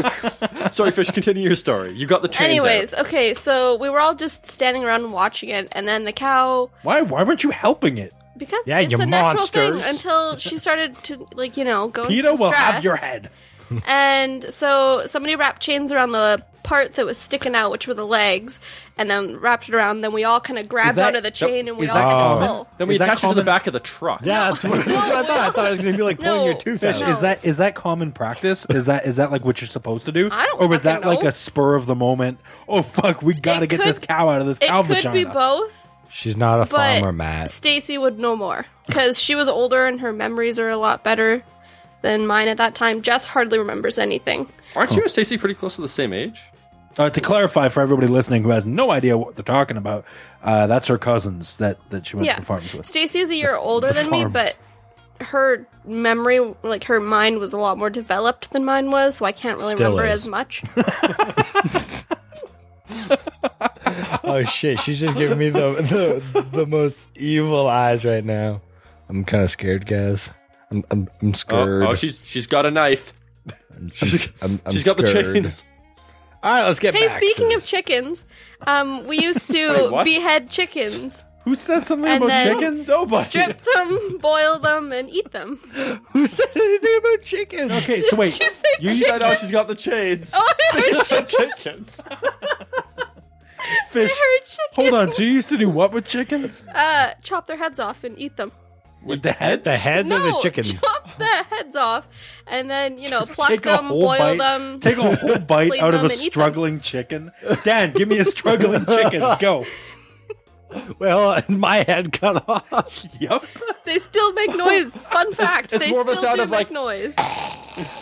Speaker 2: Sorry, fish. Continue your story. You got the chains.
Speaker 5: Anyways,
Speaker 2: out.
Speaker 5: okay, so we were all just standing around and watching it, and then the cow
Speaker 1: Why? Why weren't you helping it?
Speaker 5: because
Speaker 9: Yeah,
Speaker 5: it's
Speaker 9: you
Speaker 5: a natural
Speaker 9: monsters.
Speaker 5: thing until she started to like you know go
Speaker 1: Peter
Speaker 5: into
Speaker 1: will have
Speaker 5: stress.
Speaker 1: your head.
Speaker 5: And so somebody wrapped chains around the part that was sticking out, which were the legs, and then wrapped it around. Then we all kind of grabbed
Speaker 1: that-
Speaker 5: onto the chain and we
Speaker 1: is
Speaker 5: all
Speaker 1: that
Speaker 5: had to
Speaker 1: common?
Speaker 5: pull.
Speaker 2: Then we
Speaker 1: Is that
Speaker 2: attached it to the
Speaker 1: common-
Speaker 2: back of the truck.
Speaker 9: Yeah, that's what, that's what I thought. I thought it was going to be like pulling
Speaker 5: No.
Speaker 9: your tooth
Speaker 1: Fish,
Speaker 9: out.
Speaker 5: No.
Speaker 1: is that is that common practice? Is that is that like what you're supposed to do?
Speaker 5: I don't
Speaker 1: Or was that
Speaker 5: fucking
Speaker 1: like
Speaker 5: know.
Speaker 1: a spur of the moment? Oh fuck, we gotta
Speaker 5: It
Speaker 1: get
Speaker 5: could-
Speaker 1: this cow out of this
Speaker 5: It
Speaker 1: cow
Speaker 5: could
Speaker 1: vagina.
Speaker 5: be both,
Speaker 9: She's not a
Speaker 5: but
Speaker 9: farmer, Matt.
Speaker 5: Stacy would know more because she was older and her memories are a lot better than mine at that time. Jess hardly remembers anything.
Speaker 2: Aren't you and Stacy pretty close to the same age?
Speaker 1: Uh, to clarify for everybody listening who has no idea what they're talking about, uh, that's her cousins that, that she went
Speaker 5: Yeah,
Speaker 1: to farms with.
Speaker 5: Stacy is a year older
Speaker 1: the
Speaker 5: than me,
Speaker 1: farms.
Speaker 5: but her memory, like her mind, was a lot more developed than mine was, so I can't really
Speaker 9: Still
Speaker 5: remember
Speaker 9: is.
Speaker 5: as much.
Speaker 9: Oh shit, she's just giving me the the, the most evil eyes right now. I'm kind of scared, guys. I'm I'm, I'm scared.
Speaker 2: Oh, oh, she's she's got a knife.
Speaker 9: she's, I'm, I'm
Speaker 2: She's got the
Speaker 9: scared.
Speaker 2: chains.
Speaker 9: All right, let's get
Speaker 5: Hey,
Speaker 9: back.
Speaker 5: speaking
Speaker 9: to
Speaker 5: of chickens, um, we used to
Speaker 2: Wait, what?
Speaker 5: behead chickens,
Speaker 1: Who said something
Speaker 5: And
Speaker 1: about
Speaker 5: then-
Speaker 1: chickens? Nobody.
Speaker 5: strip them, boil them, and eat them.
Speaker 9: who said anything about chickens?
Speaker 1: Okay, so wait.
Speaker 5: She said
Speaker 1: you
Speaker 5: chicken.
Speaker 1: said
Speaker 2: I know she's got the chains.
Speaker 5: Oh, I heard chicken.
Speaker 2: chickens.
Speaker 1: fish.
Speaker 5: I heard chicken.
Speaker 1: Hold on, so you used to do what with chickens?
Speaker 5: Uh, chop their heads off and eat them.
Speaker 1: With the heads?
Speaker 9: The heads
Speaker 5: no,
Speaker 9: or the chickens?
Speaker 5: chop their heads off and then you know pluck
Speaker 1: Take a
Speaker 5: them,
Speaker 1: whole
Speaker 5: boil
Speaker 1: bite.
Speaker 5: them.
Speaker 1: Take a whole bite
Speaker 5: Clean
Speaker 1: out of
Speaker 5: them
Speaker 1: a
Speaker 5: and eat them.
Speaker 1: struggling chicken. Dan, give me a struggling chicken. Go.
Speaker 9: Well, my head cut off.
Speaker 1: Yep.
Speaker 5: They still make noise. Fun fact:
Speaker 2: It's
Speaker 5: they
Speaker 2: more of a
Speaker 5: still
Speaker 2: sound
Speaker 5: do
Speaker 2: of, like-
Speaker 5: make noise.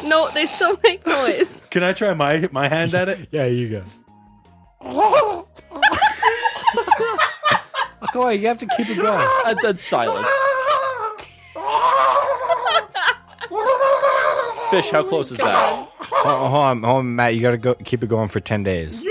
Speaker 5: No, they still make noise.
Speaker 1: Can I try my my hand at it?
Speaker 9: Yeah, you go. Go on, you have to keep it going.
Speaker 2: and then silence. Fish, how close is that?
Speaker 9: Hold hold on, hold on, Matt. You gotta go. Keep it going for ten days.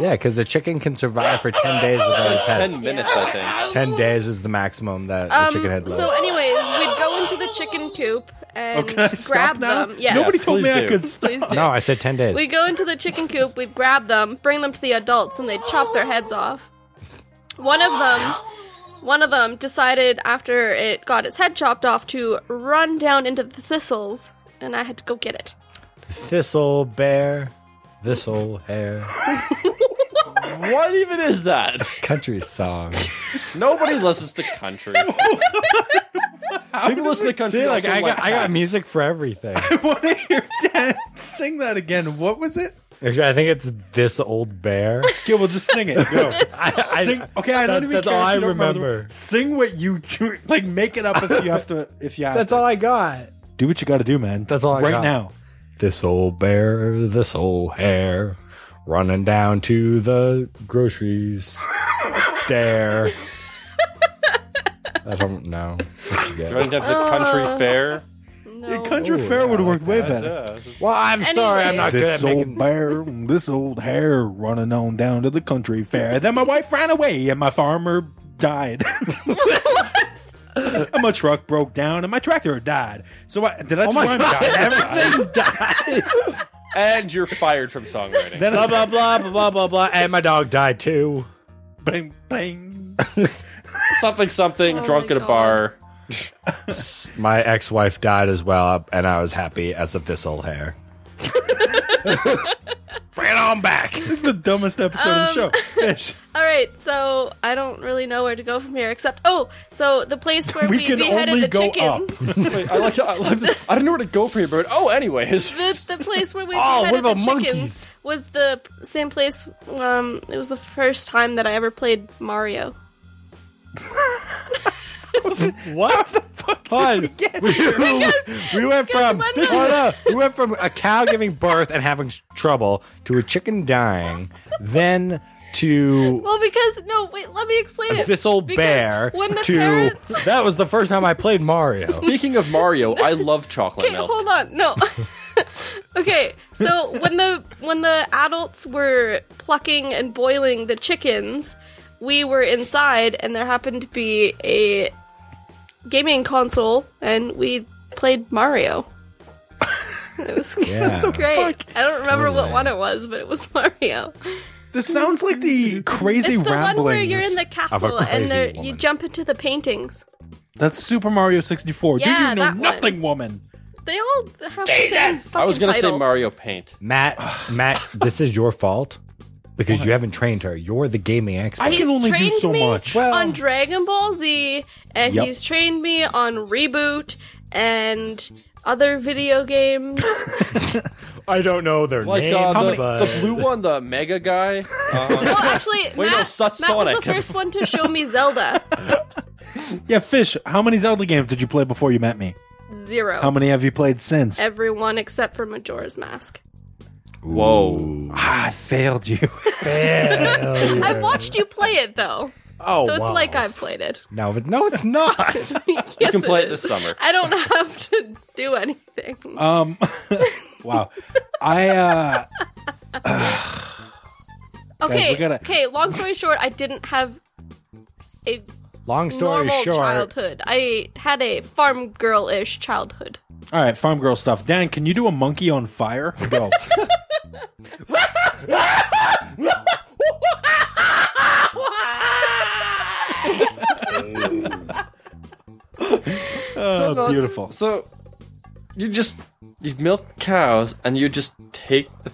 Speaker 9: Yeah, because the chicken can survive for ten days without its head.
Speaker 2: Ten minutes, I think.
Speaker 9: Ten days is the maximum that the chicken
Speaker 5: Um,
Speaker 9: head
Speaker 5: so,
Speaker 9: lives.
Speaker 5: anyways, we'd go into the chicken coop and
Speaker 1: Oh, can I
Speaker 5: grab
Speaker 1: stop now?
Speaker 5: them. Yes,
Speaker 1: Nobody told me
Speaker 2: please
Speaker 1: I
Speaker 2: do.
Speaker 1: could stop.
Speaker 5: please do.
Speaker 9: No, I said ten days.
Speaker 5: We'd go into the chicken coop, we'd grab them, bring them to the adults, and they'd chop their heads off. One of them one of them decided after it got its head chopped off to run down into the thistles and I had to go get it.
Speaker 9: Thistle bear, thistle hair.
Speaker 2: What even is that?
Speaker 9: Country song.
Speaker 2: Nobody listens to country.
Speaker 1: How
Speaker 2: People
Speaker 1: do
Speaker 2: listen to
Speaker 1: we-
Speaker 2: country.
Speaker 9: See, like
Speaker 2: also
Speaker 9: I got, I got
Speaker 2: hats.
Speaker 9: music for everything.
Speaker 1: I want to hear Dan sing that again. What was it?
Speaker 9: Actually, I think it's this old bear.
Speaker 1: Okay, we'll just sing it. Go.
Speaker 9: I, I,
Speaker 1: Sing, okay, I don't
Speaker 9: that-
Speaker 1: even
Speaker 9: that's
Speaker 1: care.
Speaker 9: all
Speaker 1: if
Speaker 9: I
Speaker 1: you don't remember. the-
Speaker 9: remember.
Speaker 1: Sing what you like. Make it up if you have to. If you have
Speaker 9: That's
Speaker 1: to.
Speaker 9: all I got.
Speaker 1: Do what you got to do, man.
Speaker 9: That's all I
Speaker 1: right
Speaker 9: got.
Speaker 1: now.
Speaker 9: This old bear, this old hare, running down to the grocery store. I don't know. What you
Speaker 2: Going
Speaker 9: guys.
Speaker 2: down to the country
Speaker 5: Uh.
Speaker 2: fair.
Speaker 5: No.
Speaker 1: Country
Speaker 9: Oh,
Speaker 1: fair would have worked way better.
Speaker 9: Well, I'm sorry, I'm not good
Speaker 1: This
Speaker 9: at
Speaker 1: old
Speaker 9: making.
Speaker 1: bear, this old hare, running on down to the country fair. Then my wife ran away, and my farmer died. and my truck broke down, and my tractor died. So I, did I? Oh
Speaker 9: my God,
Speaker 1: Everything died.
Speaker 2: And you're fired from songwriting.
Speaker 1: then
Speaker 9: Blah
Speaker 1: I,
Speaker 9: blah blah blah blah blah blah, and my dog died too.
Speaker 1: bling, bling.
Speaker 2: something, something, drunk
Speaker 5: Oh my
Speaker 2: at a bar.
Speaker 9: My ex-wife died as well, and I was happy as a this old hare. Bring it on back.
Speaker 1: This is the dumbest episode of the show. Fish.
Speaker 5: All right, so I don't really know where to go from here except oh, so the place where
Speaker 1: We
Speaker 5: we,
Speaker 1: can
Speaker 5: beheaded
Speaker 1: only
Speaker 5: the
Speaker 1: go up.
Speaker 5: chickens.
Speaker 2: Wait, I like. I, like I don't know where to go from here, but oh, anyways.
Speaker 5: The, the place where we
Speaker 9: Oh, what
Speaker 5: beheaded the
Speaker 9: about
Speaker 5: chickens
Speaker 9: monkeys?
Speaker 5: was the p- same place. Um, it was the first time that I ever played Mario.
Speaker 9: What? the fuck Fun. we, we went from
Speaker 5: because when
Speaker 9: hold up, we went from a cow giving birth and having s- trouble to a chicken dying, then to
Speaker 5: Well, because no, wait, let me explain it.
Speaker 9: this old
Speaker 5: Because
Speaker 9: bear
Speaker 5: When the
Speaker 9: to
Speaker 5: parents.
Speaker 9: that was the first time I played Mario.
Speaker 2: Speaking of Mario, I love chocolate
Speaker 5: Okay,
Speaker 2: milk.
Speaker 5: hold on. No. okay, so when the when the adults were plucking and boiling the chickens, we were inside and there happened to be a gaming console and we played Mario. It was, it
Speaker 9: Yeah.
Speaker 5: was great.
Speaker 1: Fuck.
Speaker 5: I don't remember what
Speaker 9: Totally.
Speaker 5: one it was, but it was Mario.
Speaker 1: This sounds like the crazy
Speaker 5: It's the
Speaker 1: ramblings.
Speaker 5: one where you're in the castle
Speaker 9: crazy
Speaker 5: and there, you
Speaker 9: woman.
Speaker 5: jump into the paintings.
Speaker 1: That's Super Mario 64. Do
Speaker 5: Yeah,
Speaker 1: you know
Speaker 5: that one.
Speaker 1: nothing, woman?
Speaker 5: They all have the same
Speaker 2: I was
Speaker 5: fucking
Speaker 2: gonna say
Speaker 5: title.
Speaker 2: Mario Paint. Oh
Speaker 9: Matt, Matt, this is your fault because you haven't trained her. You're the gaming expert.
Speaker 1: I
Speaker 5: He's
Speaker 1: can only do
Speaker 5: trained
Speaker 1: so
Speaker 5: me
Speaker 1: much.
Speaker 5: on Dragon Ball Z, and
Speaker 1: Yep.
Speaker 5: he's trained me on Reboot and other video games.
Speaker 9: I don't know their
Speaker 2: Like uh,
Speaker 9: names,
Speaker 2: the,
Speaker 9: but
Speaker 2: the blue one, the mega guy. Uh,
Speaker 5: well, actually,
Speaker 2: Wait, no,
Speaker 5: Matt,
Speaker 2: it's
Speaker 5: Matt
Speaker 2: not
Speaker 5: was the
Speaker 2: Sonic.
Speaker 5: first one to show me Zelda.
Speaker 1: yeah, Fish, how many Zelda games did you play before you met me?
Speaker 5: Zero.
Speaker 1: How many have you played since?
Speaker 5: Everyone except for Majora's Mask.
Speaker 2: whoa!
Speaker 1: Ah, I failed you.
Speaker 5: I've watched you play it though,
Speaker 9: oh,
Speaker 5: so it's
Speaker 9: wow.
Speaker 5: like I've played it.
Speaker 9: no, but- no, it's not.
Speaker 5: Yes,
Speaker 2: You can play it
Speaker 5: is.
Speaker 2: this summer.
Speaker 5: I don't have to do anything.
Speaker 1: Um, wow. I, uh, guys,
Speaker 5: okay,
Speaker 1: we gotta-
Speaker 5: okay. Long story short, I didn't have a
Speaker 9: Long story
Speaker 5: normal
Speaker 9: short,
Speaker 5: childhood. I had a farm girl ish childhood.
Speaker 1: all right, farm girl stuff. Dan, can you do a monkey on fire? Go.
Speaker 2: So,
Speaker 1: oh,
Speaker 2: no, it's-
Speaker 1: beautiful.
Speaker 2: So you just you milk cows and you just take the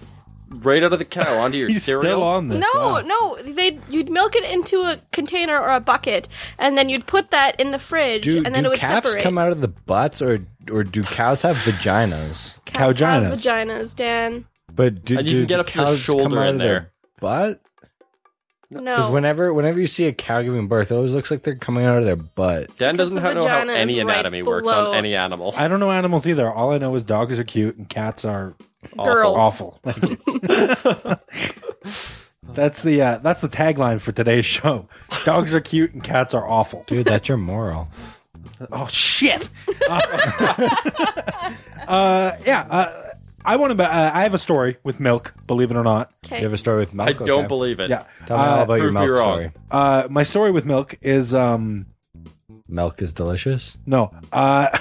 Speaker 2: right out of the cow onto your
Speaker 1: He's
Speaker 2: cereal.
Speaker 1: still on this.
Speaker 5: No,
Speaker 1: Wow.
Speaker 5: no, they you'd milk it into a container or a bucket, and then you'd put that in the fridge,
Speaker 9: Do,
Speaker 5: and then
Speaker 9: do
Speaker 5: it would
Speaker 9: calves
Speaker 5: separate.
Speaker 9: come out of the butts, or or do cows have vaginas?
Speaker 5: Cows have
Speaker 1: Cowginas.
Speaker 5: vaginas, Dan.
Speaker 9: But do,
Speaker 2: And you
Speaker 9: do
Speaker 2: can get up to the
Speaker 9: cows come
Speaker 2: shoulder
Speaker 9: out
Speaker 2: in
Speaker 9: of their
Speaker 2: there.
Speaker 9: butt? Because
Speaker 5: No,
Speaker 9: whenever whenever you see a cow giving birth, it always looks like they're coming out of their butt.
Speaker 2: Dan doesn't
Speaker 5: Because the
Speaker 2: know how
Speaker 5: vagina is
Speaker 2: any
Speaker 5: right
Speaker 2: anatomy works
Speaker 5: below-
Speaker 2: on any animal.
Speaker 1: I don't know animals either. All I know is dogs are cute and cats are
Speaker 5: girls.
Speaker 1: awful. that's the uh, that's the tagline for today's show. Dogs are cute and cats are awful.
Speaker 9: Dude, that's your moral.
Speaker 1: Oh shit! uh, yeah, uh, I want to. Uh, I have a story with milk. Believe it or not,
Speaker 9: You have a story with milk?
Speaker 2: I don't
Speaker 9: Okay.
Speaker 2: believe it.
Speaker 1: yeah.
Speaker 9: Tell me all about your
Speaker 2: prove me
Speaker 9: milk
Speaker 2: wrong.
Speaker 9: story.
Speaker 1: Uh, my story with milk is um,
Speaker 9: Milk is delicious.
Speaker 1: No. Uh,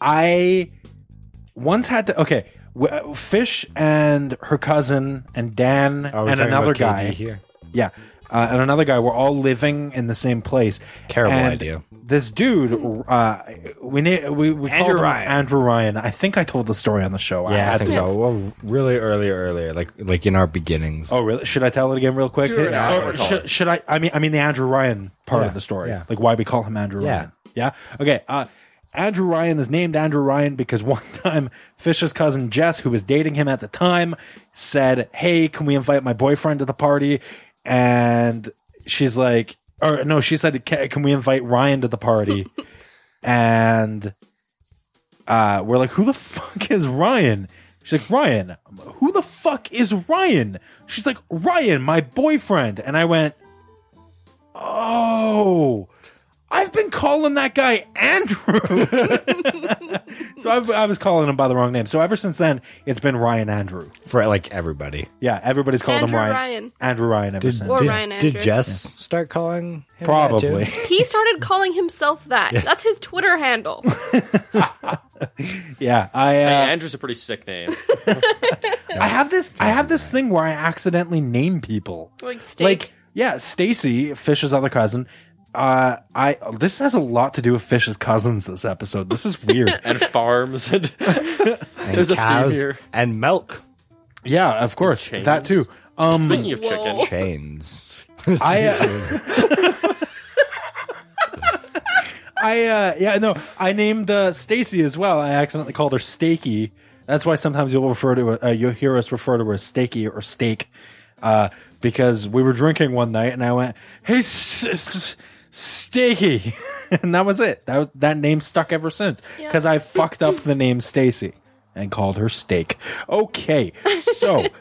Speaker 1: I once had to. Okay. w- Fish and her cousin and Dan
Speaker 9: Oh, we're
Speaker 1: and
Speaker 9: talking
Speaker 1: another
Speaker 9: about
Speaker 1: guy.
Speaker 9: KD here.
Speaker 1: Yeah. Uh, and another guy were all living in the same place.
Speaker 9: Terrible
Speaker 1: And
Speaker 9: idea.
Speaker 1: This dude, uh, we na- we, we called
Speaker 9: Andrew
Speaker 1: him
Speaker 9: Ryan.
Speaker 1: Andrew Ryan. I think I told the story on the show.
Speaker 9: Yeah, I
Speaker 1: had
Speaker 9: think
Speaker 1: to.
Speaker 9: so. Well, really early, earlier, like like in our beginnings.
Speaker 1: Oh, really? Should I tell it Oh, again, real quick?
Speaker 2: Do it now.
Speaker 1: Or should, should I? I mean, I mean the Andrew Ryan part
Speaker 9: Yeah,
Speaker 1: of the story,
Speaker 9: yeah.
Speaker 1: like why we call him Andrew
Speaker 9: Yeah.
Speaker 1: Ryan. Yeah. Okay. Uh, Andrew Ryan is named Andrew Ryan because one time Fish's cousin Jess, who was dating him at the time, said, Hey, can we invite my boyfriend to the party? And she's like, or no, she said, "Ca- Can we invite Ryan to the party? and uh, we're like, Who the fuck is Ryan? She's like, Ryan, who the fuck is Ryan? She's like, Ryan, my boyfriend. And I went, Oh. I've been calling that guy Andrew. so I, I was calling him by the wrong name. So ever since then, it's been Ryan Andrew.
Speaker 9: for like everybody.
Speaker 1: Yeah, everybody's called him
Speaker 5: Andrew
Speaker 1: Ryan.
Speaker 5: Ryan.
Speaker 1: Andrew Ryan ever since.
Speaker 5: Or Ryan Andrew.
Speaker 4: Did Jess start calling him
Speaker 1: Probably.
Speaker 5: He started calling himself that. That's his Twitter handle.
Speaker 1: yeah, I
Speaker 2: Hey,
Speaker 1: uh,
Speaker 2: Andrew's a pretty sick name.
Speaker 1: I have this I have this thing where I accidentally name people.
Speaker 5: like steak.
Speaker 1: Like yeah, Stacy, Fish's other cousin. Uh, I this has a lot to do with Fish's cousins this episode. This is weird.
Speaker 2: and farms and, there's
Speaker 9: and
Speaker 2: a theme
Speaker 9: cows
Speaker 2: here.
Speaker 9: and milk
Speaker 1: yeah, of course.
Speaker 2: Chains.
Speaker 1: That too. Um
Speaker 2: Speaking of chicken,
Speaker 5: Whoa.
Speaker 9: chains.
Speaker 1: I uh, I uh, yeah no I named uh, Stacy as well. I accidentally called her Stakey. That's why sometimes you'll refer to uh, you'll hear us refer to her as Stakey or Steak, uh, because we were drinking one night and I went hey S- S- Stakey, and that was it. That was, that name stuck ever since because I fucked up the name Stacy and called her Steak. Okay, so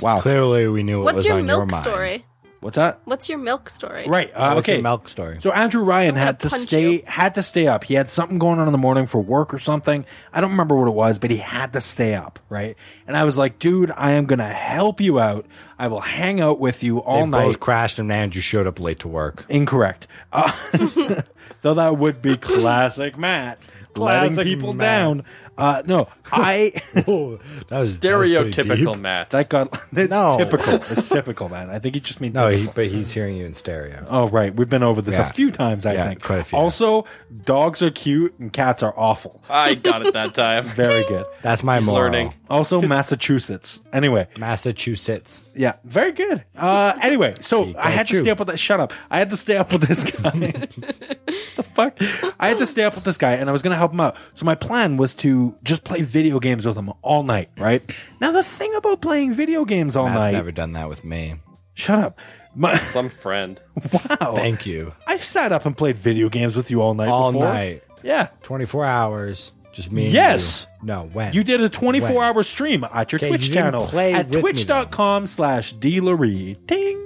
Speaker 1: wow,
Speaker 9: Clearly, we knew what
Speaker 5: What's
Speaker 9: was
Speaker 5: your
Speaker 9: on your
Speaker 5: milk
Speaker 9: mind.
Speaker 5: story?
Speaker 1: what's that?
Speaker 5: What's your milk story?
Speaker 1: Right. Uh,
Speaker 9: What's your
Speaker 1: okay.
Speaker 9: milk story.
Speaker 1: So Andrew Ryan
Speaker 5: gonna
Speaker 1: had to
Speaker 5: punch
Speaker 1: stay
Speaker 5: you.
Speaker 1: had to stay up. He had something going on in the morning for work or something. I don't remember what it was, but he had to stay up, right? And I was like, dude, I am gonna help you out. I will hang out with you
Speaker 9: They
Speaker 1: all
Speaker 9: both
Speaker 1: night.
Speaker 9: crashed and Andrew showed up late to work.
Speaker 1: Incorrect. Uh, though that would be classic Matt. Letting
Speaker 9: Classic
Speaker 1: people
Speaker 9: Matt.
Speaker 1: down. Uh, no, I
Speaker 9: Oh, that was that was pretty
Speaker 2: stereotypical
Speaker 9: deep.
Speaker 2: Matt.
Speaker 1: that got it's
Speaker 9: No.
Speaker 1: typical. It's typical, man. I think he just means
Speaker 9: No,
Speaker 1: typical.
Speaker 9: he, but he's hearing you in stereo.
Speaker 1: Oh right, we've been over this
Speaker 9: Yeah.
Speaker 1: a few times. I
Speaker 9: Yeah,
Speaker 1: think.
Speaker 9: quite a few.
Speaker 1: Also, dogs are cute and cats are awful.
Speaker 2: I got it that time.
Speaker 1: Very good.
Speaker 9: That's my
Speaker 2: He's
Speaker 9: moral.
Speaker 2: learning.
Speaker 1: Also, Massachusetts. Anyway,
Speaker 9: Massachusetts.
Speaker 1: yeah, very good. Uh, anyway, so I had to
Speaker 9: you.
Speaker 1: stay up with that. Shut up! I had to stay up with this guy. the fuck! I had to stay up with this guy, and I was gonna help him out. So my plan was to just play video games with him all night. Right now, the thing about playing video games all
Speaker 9: Matt's
Speaker 1: night.
Speaker 9: never done that with me.
Speaker 1: Shut up! My,
Speaker 2: Some friend.
Speaker 1: wow,
Speaker 9: Thank you.
Speaker 1: I've sat up and played video games with you all night.
Speaker 9: All
Speaker 1: before.
Speaker 9: night,
Speaker 1: Yeah,
Speaker 9: twenty four hours, just me. and
Speaker 1: Yes.
Speaker 9: you. No. When
Speaker 1: You did a 24
Speaker 9: When?
Speaker 1: hour stream at your
Speaker 9: Okay,
Speaker 1: Twitch
Speaker 9: you didn't
Speaker 1: channel
Speaker 9: play
Speaker 1: at
Speaker 9: with me then.
Speaker 1: twitch.com slash dlaree. Ding.